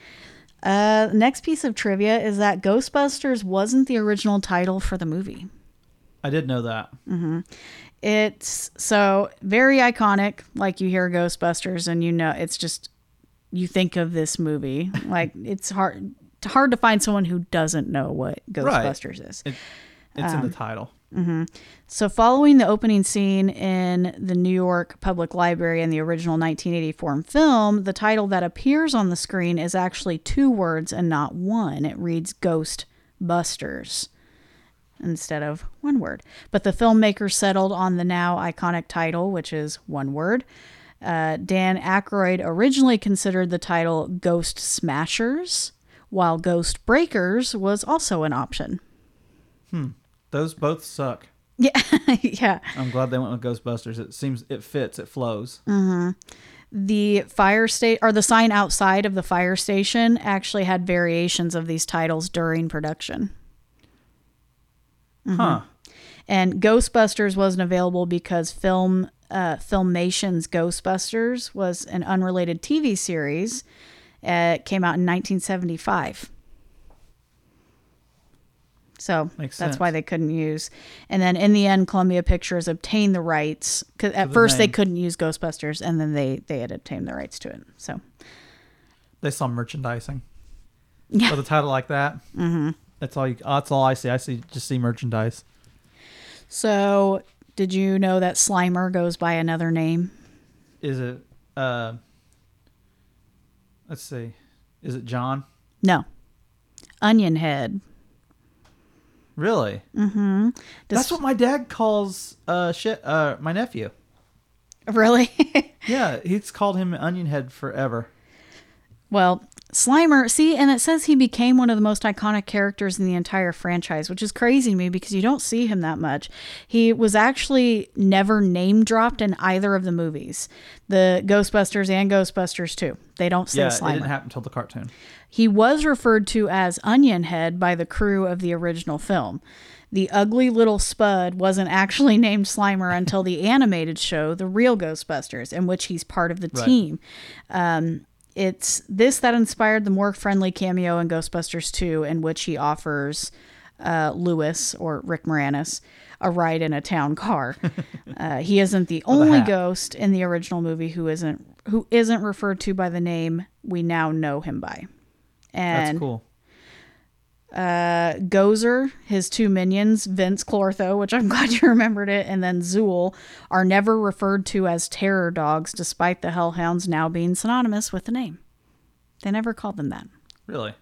uh next piece of trivia is that ghostbusters wasn't the original title for the movie I did know that. it's so very iconic like you hear ghostbusters and you know it's just you think of this movie like it's hard hard to find someone who doesn't know what ghostbusters is It, it's Um, in the title. So, following the opening scene in the New York Public Library in the original 1984 film, the title that appears on the screen is actually two words and not one. It reads Ghost Busters instead of one word. But the filmmakers settled on the now iconic title, which is one word. Uh, Dan Aykroyd originally considered the title Ghost Smashers, while Ghost Breakers was also an option. Those both suck. yeah. I'm glad they went with Ghostbusters. It seems it fits. It flows. Mm-hmm. the fire state or the sign outside of the fire station actually had variations of these titles during production. Huh. And Ghostbusters wasn't available because film uh, Filmation's Ghostbusters was an unrelated TV series. Uh, it came out in 1975. So Makes that's sense. why they couldn't use. And then in the end, Columbia Pictures obtained the rights. 'cause at the first they name. couldn't use Ghostbusters, and then they they had obtained the rights to it. So They saw merchandising. Yeah. With a title like that. Mm-hmm. That's all. You, that's all I see. I see just see merchandise. So, did you know that Slimer goes by another name? Is it? Uh, let's see. Is it John? No. Onion Head. Really? Does- That's what my dad calls uh shit uh my nephew. Really? Yeah, he's called him Onion Head forever. well, Slimer, see, and it says he became one of the most iconic characters in the entire franchise, which is crazy to me because you don't see him that much. He was actually never name dropped in either of the movies the Ghostbusters and Ghostbusters 2. They don't say yeah, it Slimer. didn't happen until the cartoon. He was referred to as Onion Head by the crew of the original film. The ugly little Spud wasn't actually named Slimer until the animated show, The Real Ghostbusters, in which he's part of the Right. team. Um, it's this that inspired the more friendly cameo in Ghostbusters 2, in which he offers uh, Lewis or Rick Moranis a ride in a town car. uh, he isn't the only hat. ghost in the original movie who isn't who isn't referred to by the name we now know him by. That's And cool. uh, Gozer, his two minions, Vince Clortho, which I'm glad you remembered it, and then Zool, are never referred to as terror dogs, despite the Hellhounds now being synonymous with the name. They never called them that. Really?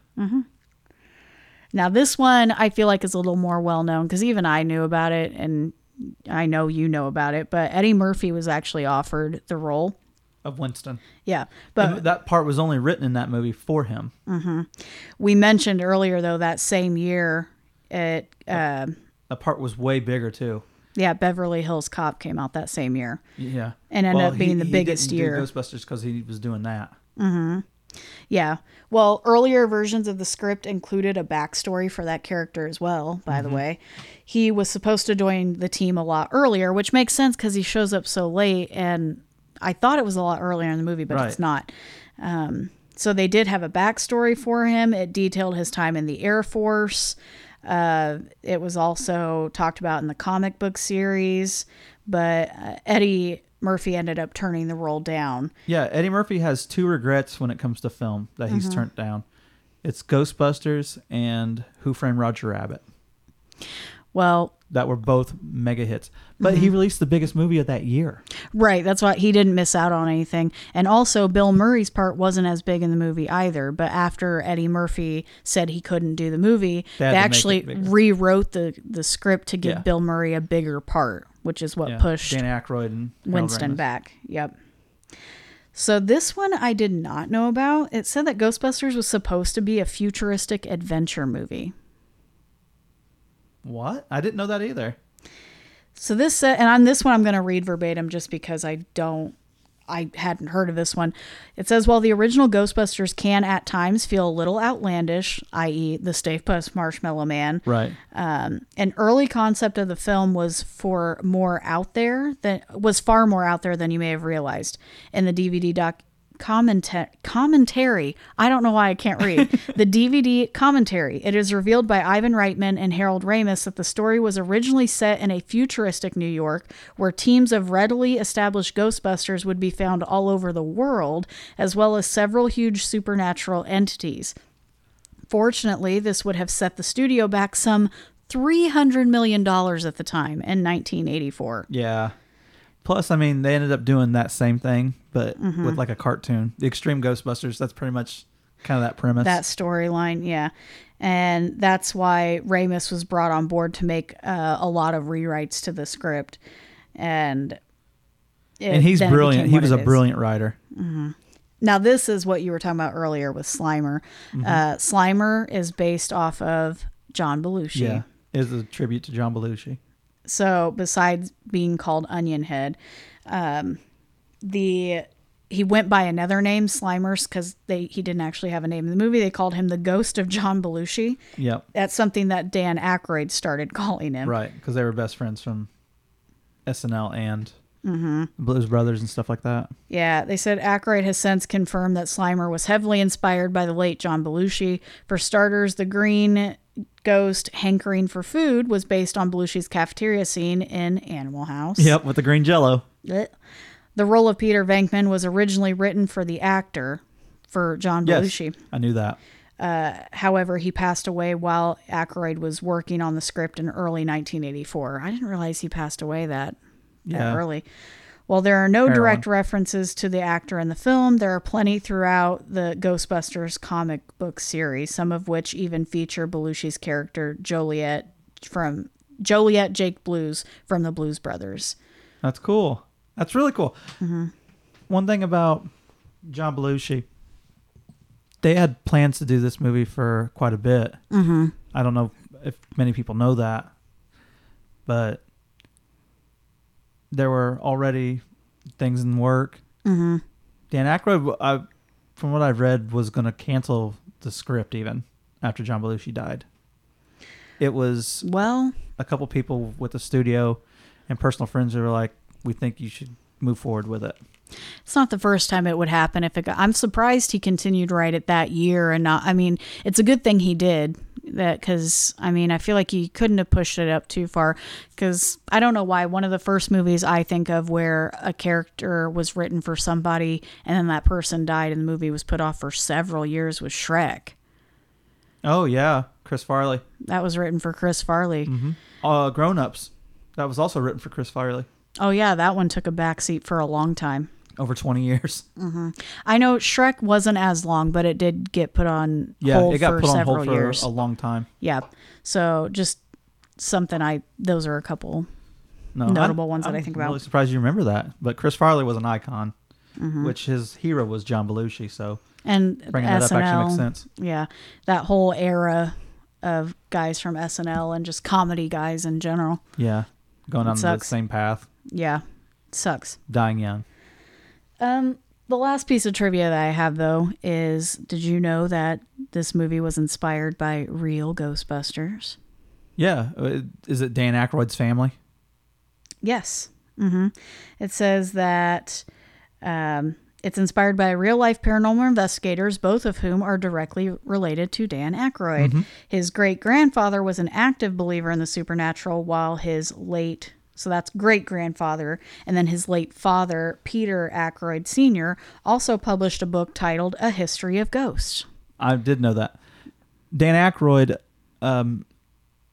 Now, this one I feel like is a little more well known because even I knew about it, and I know you know about it, but Eddie Murphy was actually offered the role. of Winston. Yeah, And but that part was only written in that movie for him. we mentioned earlier though that same year it uh, That part was way bigger too. yeah Beverly Hills Cop came out that same year. Yeah, And ended up being the biggest didn't year. Do Ghostbusters because he was doing that. Yeah. Well, earlier versions of the script included a backstory for that character as well, by the way. He was supposed to join the team a lot earlier, which makes sense because he shows up so late. And I thought it was a lot earlier in the movie, but it's Right. not. Um, so they did have a backstory for him. It detailed his time in the Air Force. Uh, it was also talked about in the comic book series, but uh, Eddie Murphy ended up turning the role down. Yeah, Eddie Murphy has two regrets when it comes to film that he's Mm-hmm. turned down. It's Ghostbusters and Who Framed Roger Rabbit. Well, That were both mega hits, but Mm-hmm. he released the biggest movie of that year. Right, that's why he didn't miss out on anything. And also, Bill Murray's part wasn't as big in the movie either. But after Eddie Murphy said he couldn't do the movie, They they, had to make actually it bigger. rewrote the, the script to give Yeah. Bill Murray a bigger part, which is what Yeah, pushed Dan Aykroyd and Harold Winston Ramis. back. Yep. So this one I did not know about. It said that Ghostbusters was supposed to be a futuristic adventure movie. What? I didn't know that either. So this sa and on this one, I'm going to read verbatim just because I don't, I hadn't heard of this one. It says, while the original Ghostbusters can at times feel a little outlandish, i.e., the Stave Puss Marshmallow Man, Right. um, an early concept of the film was for more out there than was far more out there than you may have realized. In the DVD doc commenta- commentary, I don't know why I can't read the DVD commentary. It is revealed by Ivan Reitman and Harold Ramis that the story was originally set in a futuristic New York where teams of readily established Ghostbusters would be found all over the world, as well as several huge supernatural entities. Fortunately, this would have set the studio back some $300 million at the time in 1984. Yeah. Plus, I mean, they ended up doing that same thing, but Mm-hmm. with like a cartoon. The Extreme Ghostbusters, that's pretty much kind of that premise. That storyline, yeah. And that's why Ramus was brought on board to make uh, a lot of rewrites to the script. And it- and he's then it brilliant. became He what was it a is. brilliant writer. Now, this is what you were talking about earlier with Slimer. Mm-hmm. Uh, Slimer is based off of John Belushi. Yeah. It was a tribute to John Belushi. So besides being called Onion Head, um, the he went by another name, Slimers, because they he didn't actually have a name in the movie. They called him the Ghost of John Belushi. Yep. That's something that Dan Aykroyd started calling him. Right. Because they were best friends from SNL and Blues Brothers and stuff like that. Yeah, they said Aykroyd has since confirmed that Slimer was heavily inspired by the late John Belushi. For starters, the green ghost hankering for food was based on Belushi's cafeteria scene in Animal House. Yep. With the green jello. Blech. The role of Peter Venkman was originally written for the actor, for John Yes. Belushi. I knew that. However, he passed away while Aykroyd was working on the script in early 1984. I didn't realize he passed away that, that Yeah. early. While there are no Heroin. direct references to the actor in the film, there are plenty throughout the Ghostbusters comic book series, some of which even feature Belushi's character Joliet from Joliet Jake Blues from the Blues Brothers. That's cool. That's really cool. One thing about John Belushi, they had plans to do this movie for quite a bit. Mm-hmm. I don't know if many people know that, but there were already things in work. Mm-hmm. Dan Aykroyd, I, from what I've read, was going to cancel the script even after John Belushi died. It was Well, a couple people with the studio and personal friends that were like, "We think you should move forward with it." It's not the first time it would happen. If it got, I'm surprised he continued to write it that year and not. I mean, it's a good thing he did that because I mean I feel like he couldn't have pushed it up too far because I don't know why one of the first movies I think of where a character was written for somebody and then that person died and the movie was put off for several years was Shrek. Oh yeah, Chris Farley, That was written for Chris Farley. uh, Grown Ups, that was also written for Chris Farley Oh yeah, that one took a backseat for a long time. over twenty years. I know Shrek wasn't as long, but it did get put on Yeah, hold it got for put on several hold for years. a long time. Yeah. So just something I those are a couple No, notable ones that I think about. I'm really surprised you remember that. But Chris Farley was an icon, Mm-hmm. which his hero was John Belushi. So and Bringing SNL, that up actually makes sense. Yeah, that whole era of guys from SNL and just comedy guys in general. yeah, going on the sucks. same path, Yeah, sucks. dying young. Um, the last piece of trivia that I have though is: Did you know that this movie was inspired by real Ghostbusters? Yeah, uh, is it Dan Aykroyd's family? Yes. hmm It says that um, it's inspired by real life paranormal investigators, both of whom are directly related to Dan Aykroyd. His great grandfather was an active believer in the supernatural, while his late so that's great grandfather, and then his late father, Peter Aykroyd Sr., also published a book titled A History of Ghosts. I did know that. Dan Aykroyd, um,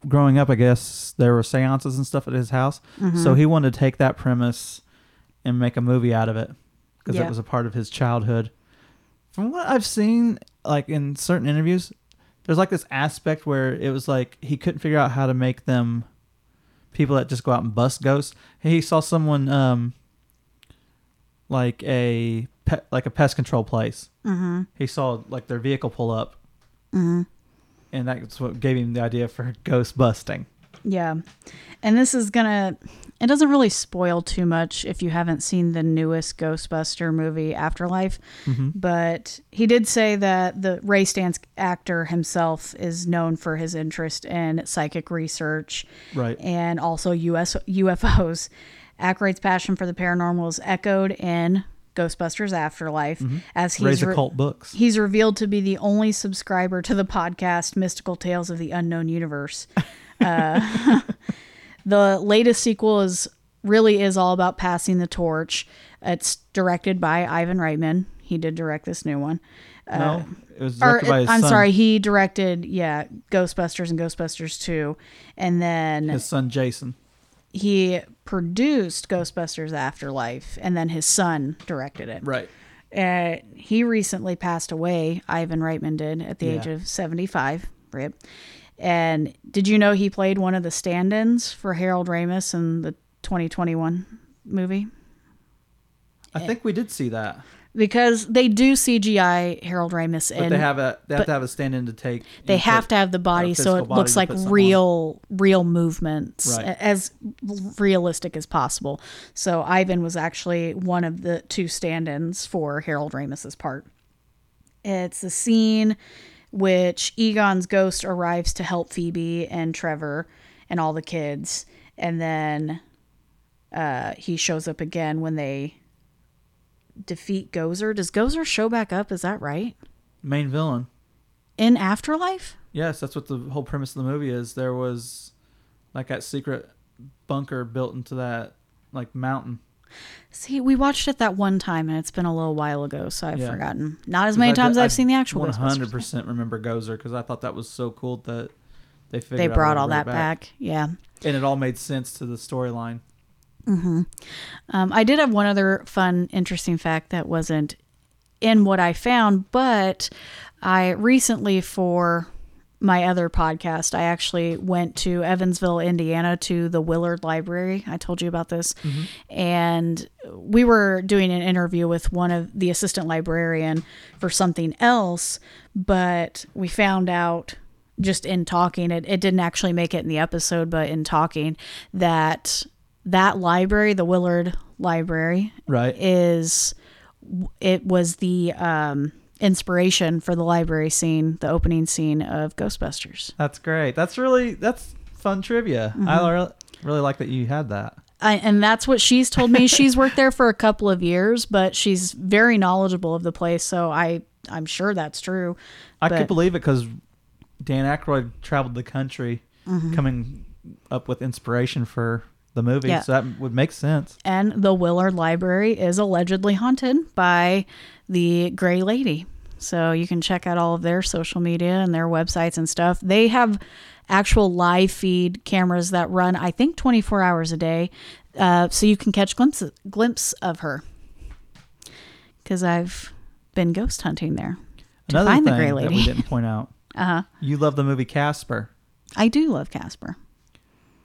growing up, I guess there were seances and stuff at his house, so he wanted to take that premise and make a movie out of it because Yeah. it was a part of his childhood. From what I've seen, like in certain interviews, there's like this aspect where it was like he couldn't figure out how to make them people that just go out and bust ghosts. He saw someone um, like a pe- like a pest control place. Mm-hmm. He saw like their vehicle pull up, mm-hmm. and that's what gave him the idea for ghost busting. Yeah. And this is going to, it doesn't really spoil too much if you haven't seen the newest Ghostbuster movie, Afterlife. But he did say that the Ray Stance actor himself is known for his interest in psychic research Right. and also US UFOs. Aykroyd's passion for the paranormal is echoed in Ghostbusters Afterlife as he's Mm-hmm. Raise re- occult books. He's revealed to be the only subscriber to the podcast Mystical Tales of the Unknown Universe. uh, the latest sequel is really is all about passing the torch. It's directed by Ivan Reitman. He did direct this new one. no, it was uh, Or, directed by his I'm son. sorry, he directed yeah, Ghostbusters and Ghostbusters 2 and then his son Jason. he produced Ghostbusters Afterlife and then his son directed it. Right. Uh, he recently passed away. Ivan Reitman did at the Yeah. age of 75. Rip. And did you know he played one of the stand-ins for Harold Ramis in the 2021 movie? I think we did see that, Because they do CGI Harold Ramis but in. they have a they have but- to have a stand in to take. they input. have to have the body a so physical it body looks to like put something on. real real movements Right. a- as realistic as possible so ivan was actually one of the two stand-ins for harold ramis's part it's the scene which egon's ghost arrives to help phoebe and trevor and all the kids and then uh, he shows up again when they defeat gozer does gozer show back up is that right main villain. in afterlife Yes, that's what the whole premise of the movie is. There was like that secret bunker built into that like mountain. See, we watched it that one time, and it's been a little while ago, so I've Yeah. forgotten. Not as many times I've seen the actual One hundred Ghostbusters. percent remember Gozer because I thought that was so cool that they figured They out a way brought to all bring it that back. Yeah. and it all made sense to the storyline. Um, I did have one other fun, interesting fact that wasn't in what I found, but I recently, for my other podcast, I actually went to Evansville, Indiana to the Willard Library. I told you about this. And we were doing an interview with one of the assistant librarian for something else, but we found out just in talking, it, it didn't actually make it in the episode, but in talking that that library, the Willard Library, Right. is it was the um, inspiration for the library scene, the opening scene of Ghostbusters. that's great. That's really that's fun trivia. Mm-hmm. I re- really like that you had that. I, and that's what she's told me. she's worked there for a couple of years, but she's very knowledgeable of the place. So I, I'm sure that's true. I But- could believe it because Dan Aykroyd traveled the country, Mm-hmm. coming up with inspiration for the movie. Yeah. So that would make sense. And the Willard Library is allegedly haunted by the Gray Lady. So you can check out all of their social media and their websites and stuff. They have actual live feed cameras that run, I think, 24 hours a day. Uh, so you can catch glimpses glimpse of her. Because I've been ghost hunting there. To Another find the thing Gray that we Lady. didn't point out. Uh-huh. You love the movie Casper. I do love Casper.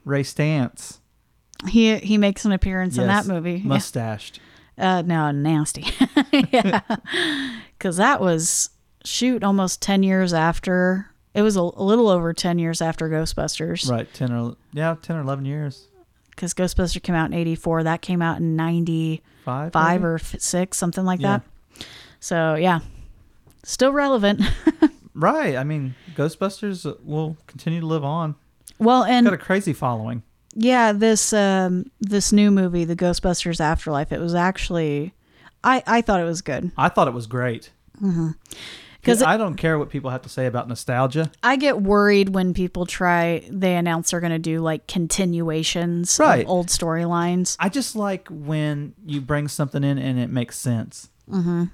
Ray Stantz He he makes an appearance in that Yes. movie. Yeah. Mustached. Uh, no, nasty. Because that was, shoot, almost 10 years after. It was a, a little over 10 years after Ghostbusters. Right. Ten or yeah, ten or eleven years. Because Ghostbusters came out in 84. That came out in 95 Five. maybe? or f- 6, something like Yeah. that. So, yeah. Still relevant. Right. I mean, Ghostbusters will continue to live on. well, and Got a crazy following. yeah, this um, this new movie, The Ghostbusters Afterlife, it was actually, I, I thought it was good. I thought it was great. Because Mm-hmm. 'Cause it- I don't care what people have to say about nostalgia. I get worried when people try they announce they're going to do like continuations Right. of old storylines. I just like when you bring something in and it makes sense. Mm-hmm.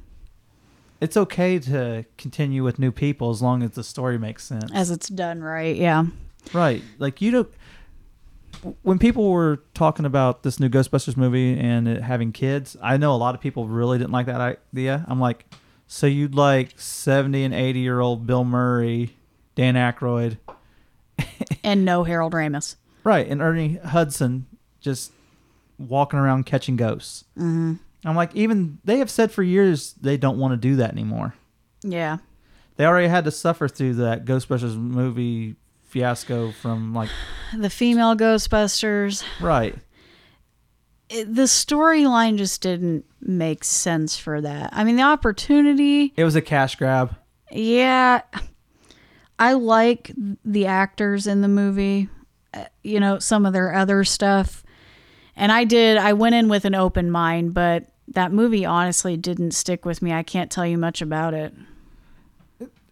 It's okay to continue with new people as long as the story makes sense. As it's done right, yeah. Right. Like you don't. When people were talking about this new Ghostbusters movie and it having kids, I know a lot of people really didn't like that idea. I'm like, so you'd like 70 and 80 year old Bill Murray, Dan Aykroyd, And no Harold Ramis. right, and Ernie Hudson just walking around catching ghosts. Mm-hmm. I'm like, even they have said for years they don't want to do that anymore. Yeah. They already had to suffer through that Ghostbusters movie fiasco from like, The female Ghostbusters. right. It, the storyline just didn't make sense for that. I mean, the opportunity, It was a cash grab. yeah. I like the actors in the movie, uh, you know, some of their other stuff. And I did, I went in with an open mind, but that movie honestly didn't stick with me. I can't tell you much about it.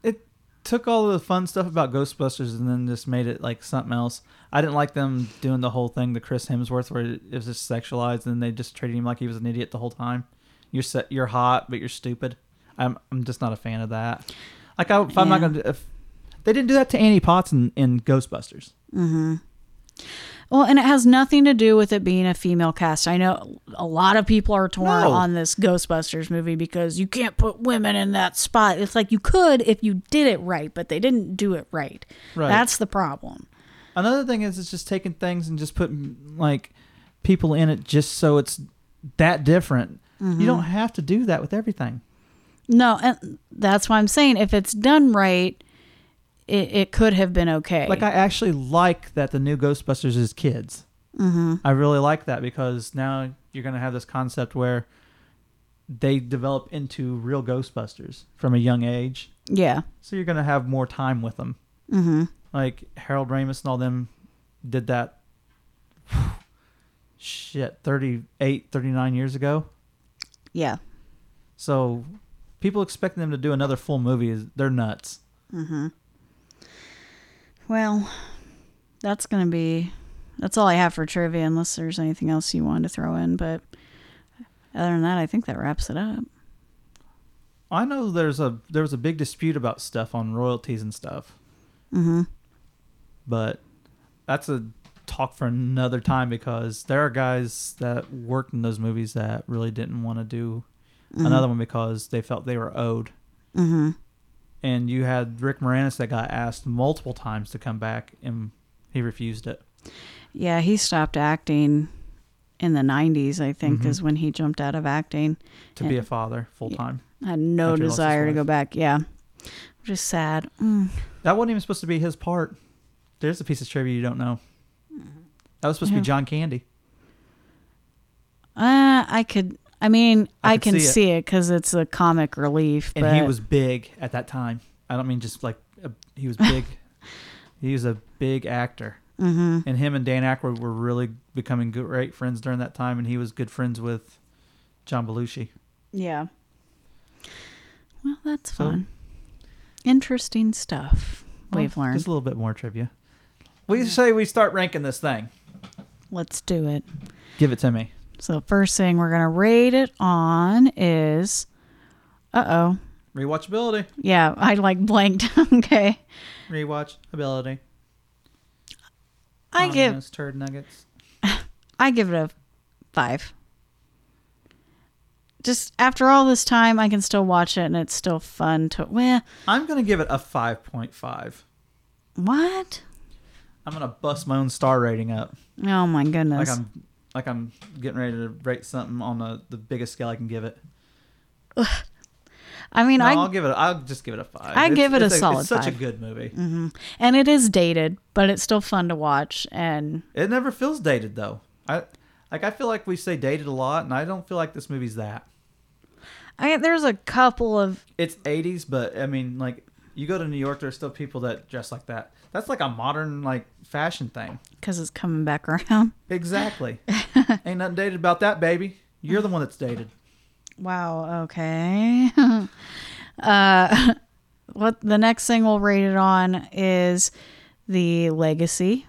it took all the fun stuff about Ghostbusters and then just made it like something else. I didn't like them doing the whole thing, the Chris Hemsworth, where it was just sexualized and they just treated him like he was an idiot the whole time. You're set, you're hot, but you're stupid. I'm I'm just not a fan of that. Like I, if I'm not Yeah. gonna, do- if they didn't do that to Annie Potts in, in Ghostbusters, Well, and it has nothing to do with it being a female cast. I know a lot of people are torn No. on this Ghostbusters movie because you can't put women in that spot. It's like you could if you did it right, but they didn't do it right. Right. That's the problem. Another thing is it's just taking things and just putting like people in it just so it's that different. You don't have to do that with everything. No, and that's why I'm saying if it's done right, it, it could have been okay. Like I actually like that the new Ghostbusters is kids. Mm-hmm. I really like that because now you're gonna have this concept where they develop into real Ghostbusters from a young age, yeah. so you're gonna have more time with them. Mm-hmm. Like Harold Ramis and all them did that. Shit, 38, 39 years ago. Yeah. So people expecting them to do another full movie is they're nuts. Well, that's going to be that's all I have for trivia unless there's anything else you wanted to throw in, but other than that, I think that wraps it up. I know there's a there was a big dispute about stuff on royalties and stuff. Mm-hmm, Mhm. But that's a talk for another time because there are guys that worked in those movies that really didn't want to do Mm-hmm. another one because they felt they were owed. mm-hmm. Mhm. And you had Rick Moranis that got asked multiple times to come back and he refused it. Yeah, he stopped acting in the 90s, I think, Mm-hmm. is when he jumped out of acting. To be a father full time. Had no After he lost his desire to go wife. back. Yeah. Which is sad. Mm. That wasn't even supposed to be his part. There's a piece of trivia you don't know. That was supposed to Yeah. be John Candy. Uh, I could, I mean, I I, could can see it. see it because it's a comic relief. and but he was big at that time. I don't mean just like a, he was big. he was a big actor, mm-hmm. and him and Dan Aykroyd were really becoming good, great friends during that time. And he was good friends with John Belushi. Yeah. Well, that's So- fun. Interesting stuff we've Well, learned. just a little bit more trivia. We say we start ranking this thing. Let's do it. Give it to me. So, first thing we're going to rate it on is, uh oh. Rewatchability. Yeah, I like blanked. okay. Rewatchability. Oh, I give Honest turd nuggets. I give it a five. Just after all this time, I can still watch it and it's still fun to. Well, I'm gonna give it a five point five. what? I'm gonna bust my own star rating up. Oh my Like goodness. I'm like I'm getting ready to rate something on the, the biggest scale I can give it. I mean, No, I I, will give it. I'll just give it a five. I give it a it's solid It's such a five. good movie. and it is dated, but it's still fun to watch. And It never feels dated though. I like. I feel like we say dated a lot, and I don't feel like this movie's that. I there's a couple of It's 80s, but I mean, like, you go to New York, there's still people that dress like that. That's like a modern like fashion thing. because it's coming back around. Exactly. Ain't nothing dated about that, baby. You're the one that's dated. Wow. Okay. uh, what the next thing we'll rate it on is the legacy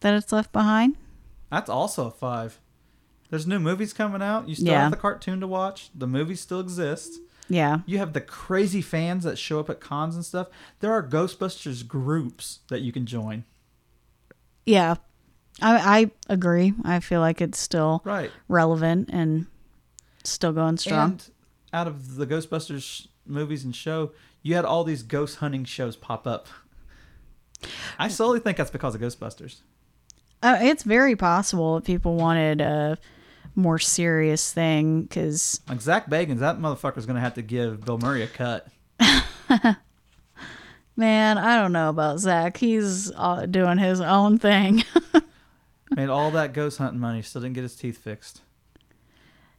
that it's left behind. That's also a five. There's new movies coming out. You still Yeah. have the cartoon to watch. The movies still exist. Yeah. You have the crazy fans that show up at cons and stuff. There are Ghostbusters groups that you can join. Yeah. I I agree. I feel like it's still Right. relevant and still going strong. And out of the Ghostbusters sh- movies and show, you had all these ghost hunting shows pop up. I solely think that's because of Ghostbusters. Uh, it's very possible if people wanted a more serious thing because Like Zach Bagans, that motherfucker's gonna have to give Bill Murray a cut. man i don't know about zach he's uh, doing his own thing Made all that ghost hunting money, still didn't get his teeth fixed.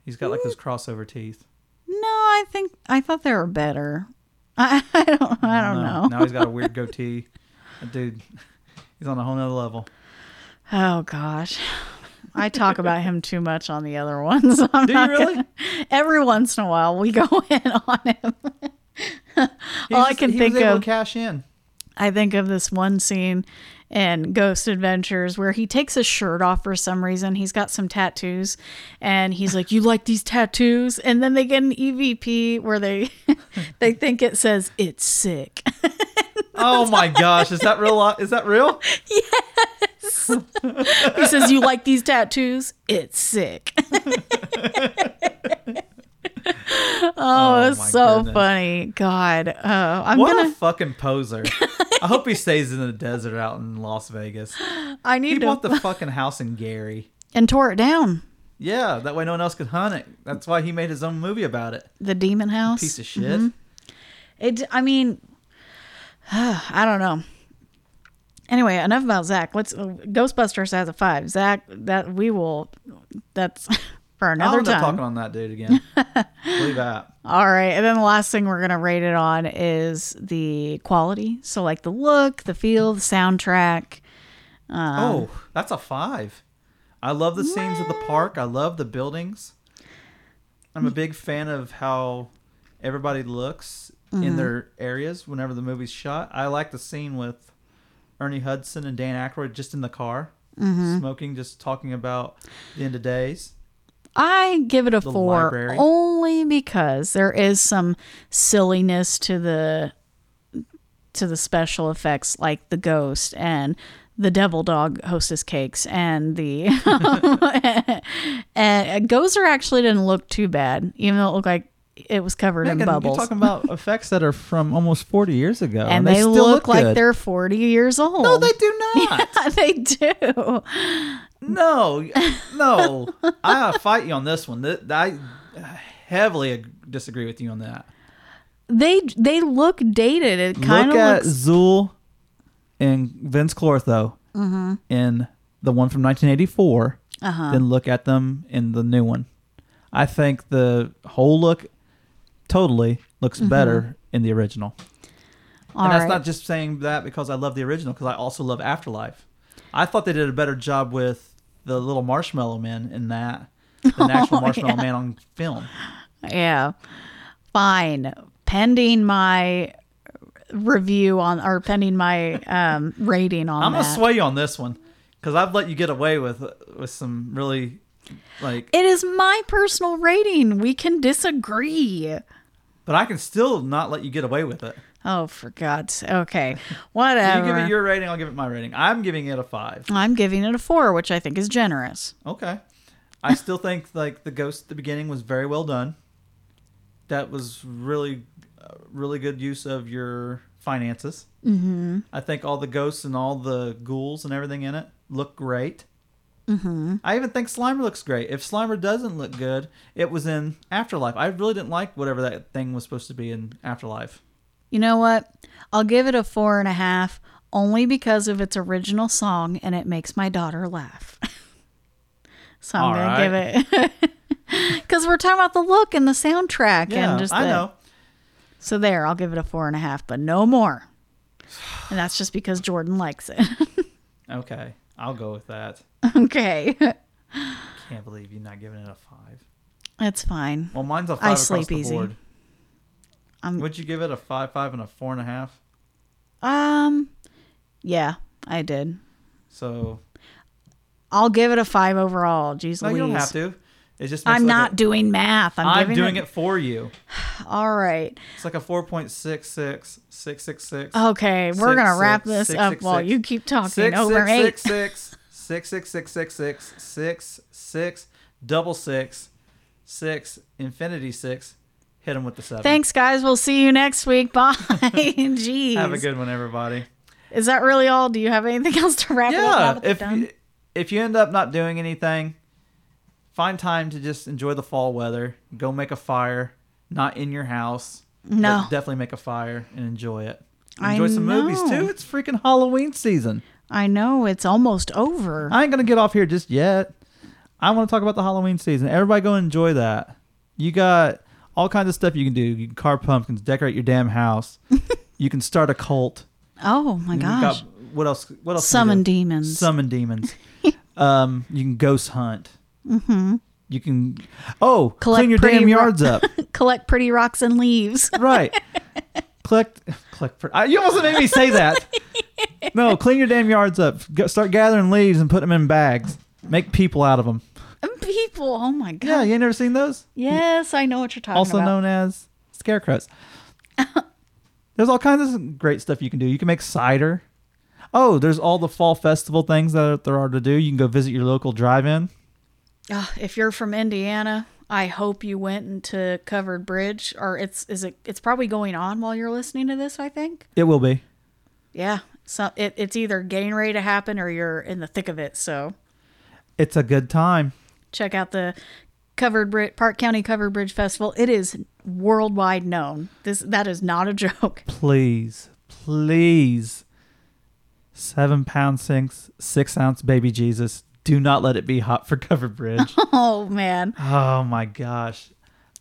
He's got like those crossover teeth. no i think i thought they were better i, I don't i don't know Now he's got a weird goatee. That Dude, he's on a whole nother level. oh gosh i talk about him too much on the other ones I'm Do you not really? gonna- every once in a while we go in on him He All was I just- can he think was able of- to cash in. I think of this one scene in Ghost Adventures where he takes his shirt off for some reason. He's got some tattoos and he's like, "You like these tattoos?" And then they get an EVP where they they think it says it's sick. Oh my gosh, is that real? li- Is that real? he says, "You like these tattoos? It's sick." oh, my it's Oh, so Oh goodness. funny. God. Oh, I'm What going a to fucking poser. I hope he stays in the desert out in Las Vegas. I He need to bought the fucking house in Gary. and tore it down. Yeah, that way no one else could hunt it. That's why he made his own movie about it. The demon house. Piece of shit. Mm-hmm. It. I mean, I don't know. Anyway, enough about Zach. Let's uh, Ghostbusters has a five. Zach, that we will. That's for I'll another end up time. talking on that dude again. Believe that. All right, and then the last thing we're gonna rate it on is the quality. So like the look, the feel, the soundtrack. Um, oh, that's a five. I love the scenes of the park. I love the buildings. I'm a big fan of how everybody looks in Mm-hmm. their areas whenever the movie's shot. I like the scene with Ernie Hudson and Dan Aykroyd just in the car, Mm-hmm. smoking, just talking about the end of days. I give it a four library. only because there is some silliness to the to the special effects like the ghost and the devil dog hostess cakes and the and Gozer actually didn't look too bad, even though it looked like it was covered in Megan, bubbles. You're talking about effects that are from almost 40 years ago, and they, still look, like good. they're 40 years old. No, they do not. they do. No, no. I fight you on this one. Th- I heavily ag- disagree with you on that. They they look dated. It kind Look of at looks Zool and Vince Clortho in the one from 1984. Then look at them in the new one. I think the whole look totally looks better in the original. all and that's right. not just saying that because I love the original, because I also love Afterlife. I thought they did a better job with the little marshmallow man in that than the Oh, actual marshmallow man on film. Yeah. Fine. Pending my review on or pending my um rating on I'm gonna that. sway you on this one because I've let you get away with with some really like, it is my personal rating. We can disagree. but I can still not let you get away with it. Oh, for God's sake. Okay. You Whatever. give it your rating, I'll give it my rating. I'm giving it a five. I'm giving it a four, which I think is generous. Okay. I still think like the ghost at the beginning was very well done. That was really, uh, really good use of your finances. Mm-hmm. I think all the ghosts and all the ghouls and everything in it look great. Mm-hmm. I even think Slimer looks great. If Slimer doesn't look good, it was in Afterlife. I really didn't like whatever that thing was supposed to be in Afterlife. You know what? I'll give it a four and a half only because of its original song and it makes my daughter laugh. so I'm All gonna give it because we're talking about the look and the soundtrack Yeah, and just I the- know. So there, I'll give it a four and a half, but no more. And that's just because Jordan likes it. Okay, I'll go with that. okay, Can't believe you're not giving it a five. that's fine. Well, mine's a five I across sleep the easy. board. I'm- Would you give it a five, five, and a four and a half? Um, yeah, I did. So I'll give it a five overall. Jeez, no, Louise. you don't have to. It just. Makes I'm like not A, doing math. I'm, I'm giving doing it, it for you. All right. It's like a four point six six six six six. Oh, Okay, we're Six, going to wrap six, this six, up six, while six. you keep talking Six over eight. six six six six six six six six six six double six six infinity six. Hit them with the seven. Thanks, guys. We'll see you next week. Bye. Jeez. Have a good one, everybody. Is that really all? Do you have anything else to wrap up? now Yeah. that we're If done? you, if you end up not doing anything, find time to just enjoy the fall weather. Go make a fire, not in your house. No. but definitely make a fire and enjoy it. I Enjoy some movies know. too. It's freaking Halloween season. I know it's almost over. I ain't gonna get off here just yet. I want to talk about the Halloween season. Everybody go enjoy that. You got all kinds of stuff you can do. You can carve pumpkins, decorate your damn house. you can start a cult. oh my You gosh. got, what else? What else? can you Summon do? demons. Summon demons. um, you can ghost hunt. Mm-hmm. You can oh Collect clean your pretty damn ro- yards up. Collect pretty rocks and leaves. right. Collect, collect. For, I, you almost made me say that. No, clean your damn yards up. Go, start gathering leaves and put them in bags. Make people out of them. People. Oh my god. Yeah, you ain't never seen those? Yes, I know what you're talking Also about. known as scarecrows. there's all kinds of great stuff you can do. You can make cider. Oh, there's all the fall festival things that there are to do. You can go visit your local drive-in. Ugh, Ah, if you're from Indiana, I hope you went into Covered Bridge, or it's is it it's probably going on while you're listening to this. I think. It will be. Yeah. So it, it's either getting ready to happen or you're in the thick of it. So It's a good time. check out the Covered Bridge Park County Covered Bridge Festival. It is worldwide known. This that is not a joke. Please, please, seven pound sinks, six ounce baby Jesus. Do not let it be hot for Cover Bridge. Oh man. Oh my gosh.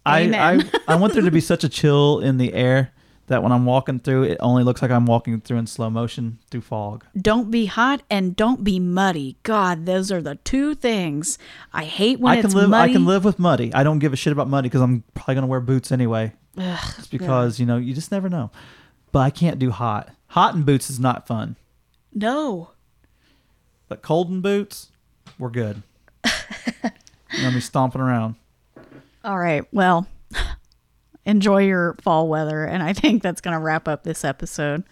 I, Amen. I I want there to be such a chill in the air that when I'm walking through, it only looks like I'm walking through in slow motion through fog. Don't be hot and don't be muddy. God, those are the two things I hate when I can it's live. muddy. I can live with muddy. I don't give a shit about muddy because I'm probably gonna wear boots anyway. it's because you know you just never know. But I can't do hot. Hot in boots is not fun. No. But cold in boots, we're good. I'm gonna be stomping around. All right. Well, enjoy your fall weather, and I think that's going to wrap up this episode.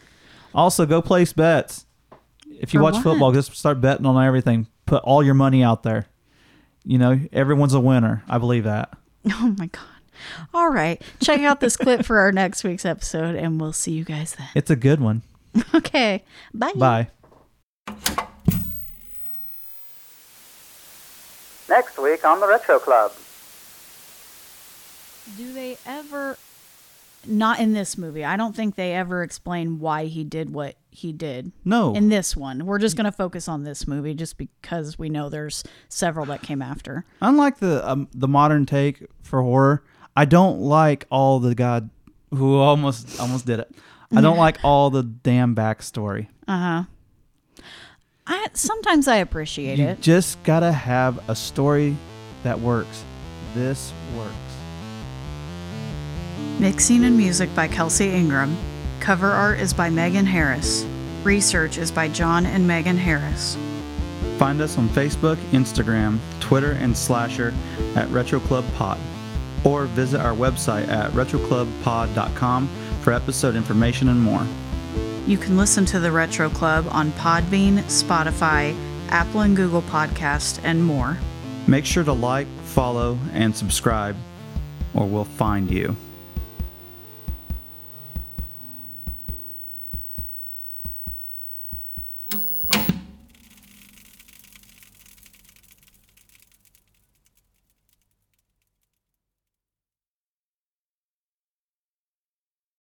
Also, go place bets. If you For watch what? football, just start betting on everything. Put all your money out there. You know, everyone's a winner. I believe that. Oh my god. All right. Check out this clip for our next week's episode, and we'll see you guys then. It's a good one. Okay. Bye. Next week on the Retro Club. Do they ever? Not in this movie. I don't think they ever explain why he did what he did. No. In this one, we're just going to focus on this movie just because we know there's several that came after. Unlike the um, the modern take for horror, I don't like all the god who almost almost did it. I don't like all the damn backstory. I sometimes I appreciate You it. just gotta have a story that works. This works. Mixing and music by Kelsey Ingram. Cover art is by Megan Harris. Research is by John and Megan Harris. Find us on Facebook, Instagram, Twitter, and Slasher at Retro Club Pod. Or visit our website at retroclubpod.com for episode information and more. You can listen to the Retro Club on Podbean, Spotify, Apple and Google Podcast, and more. Make sure to like, follow, and subscribe, or we'll find you.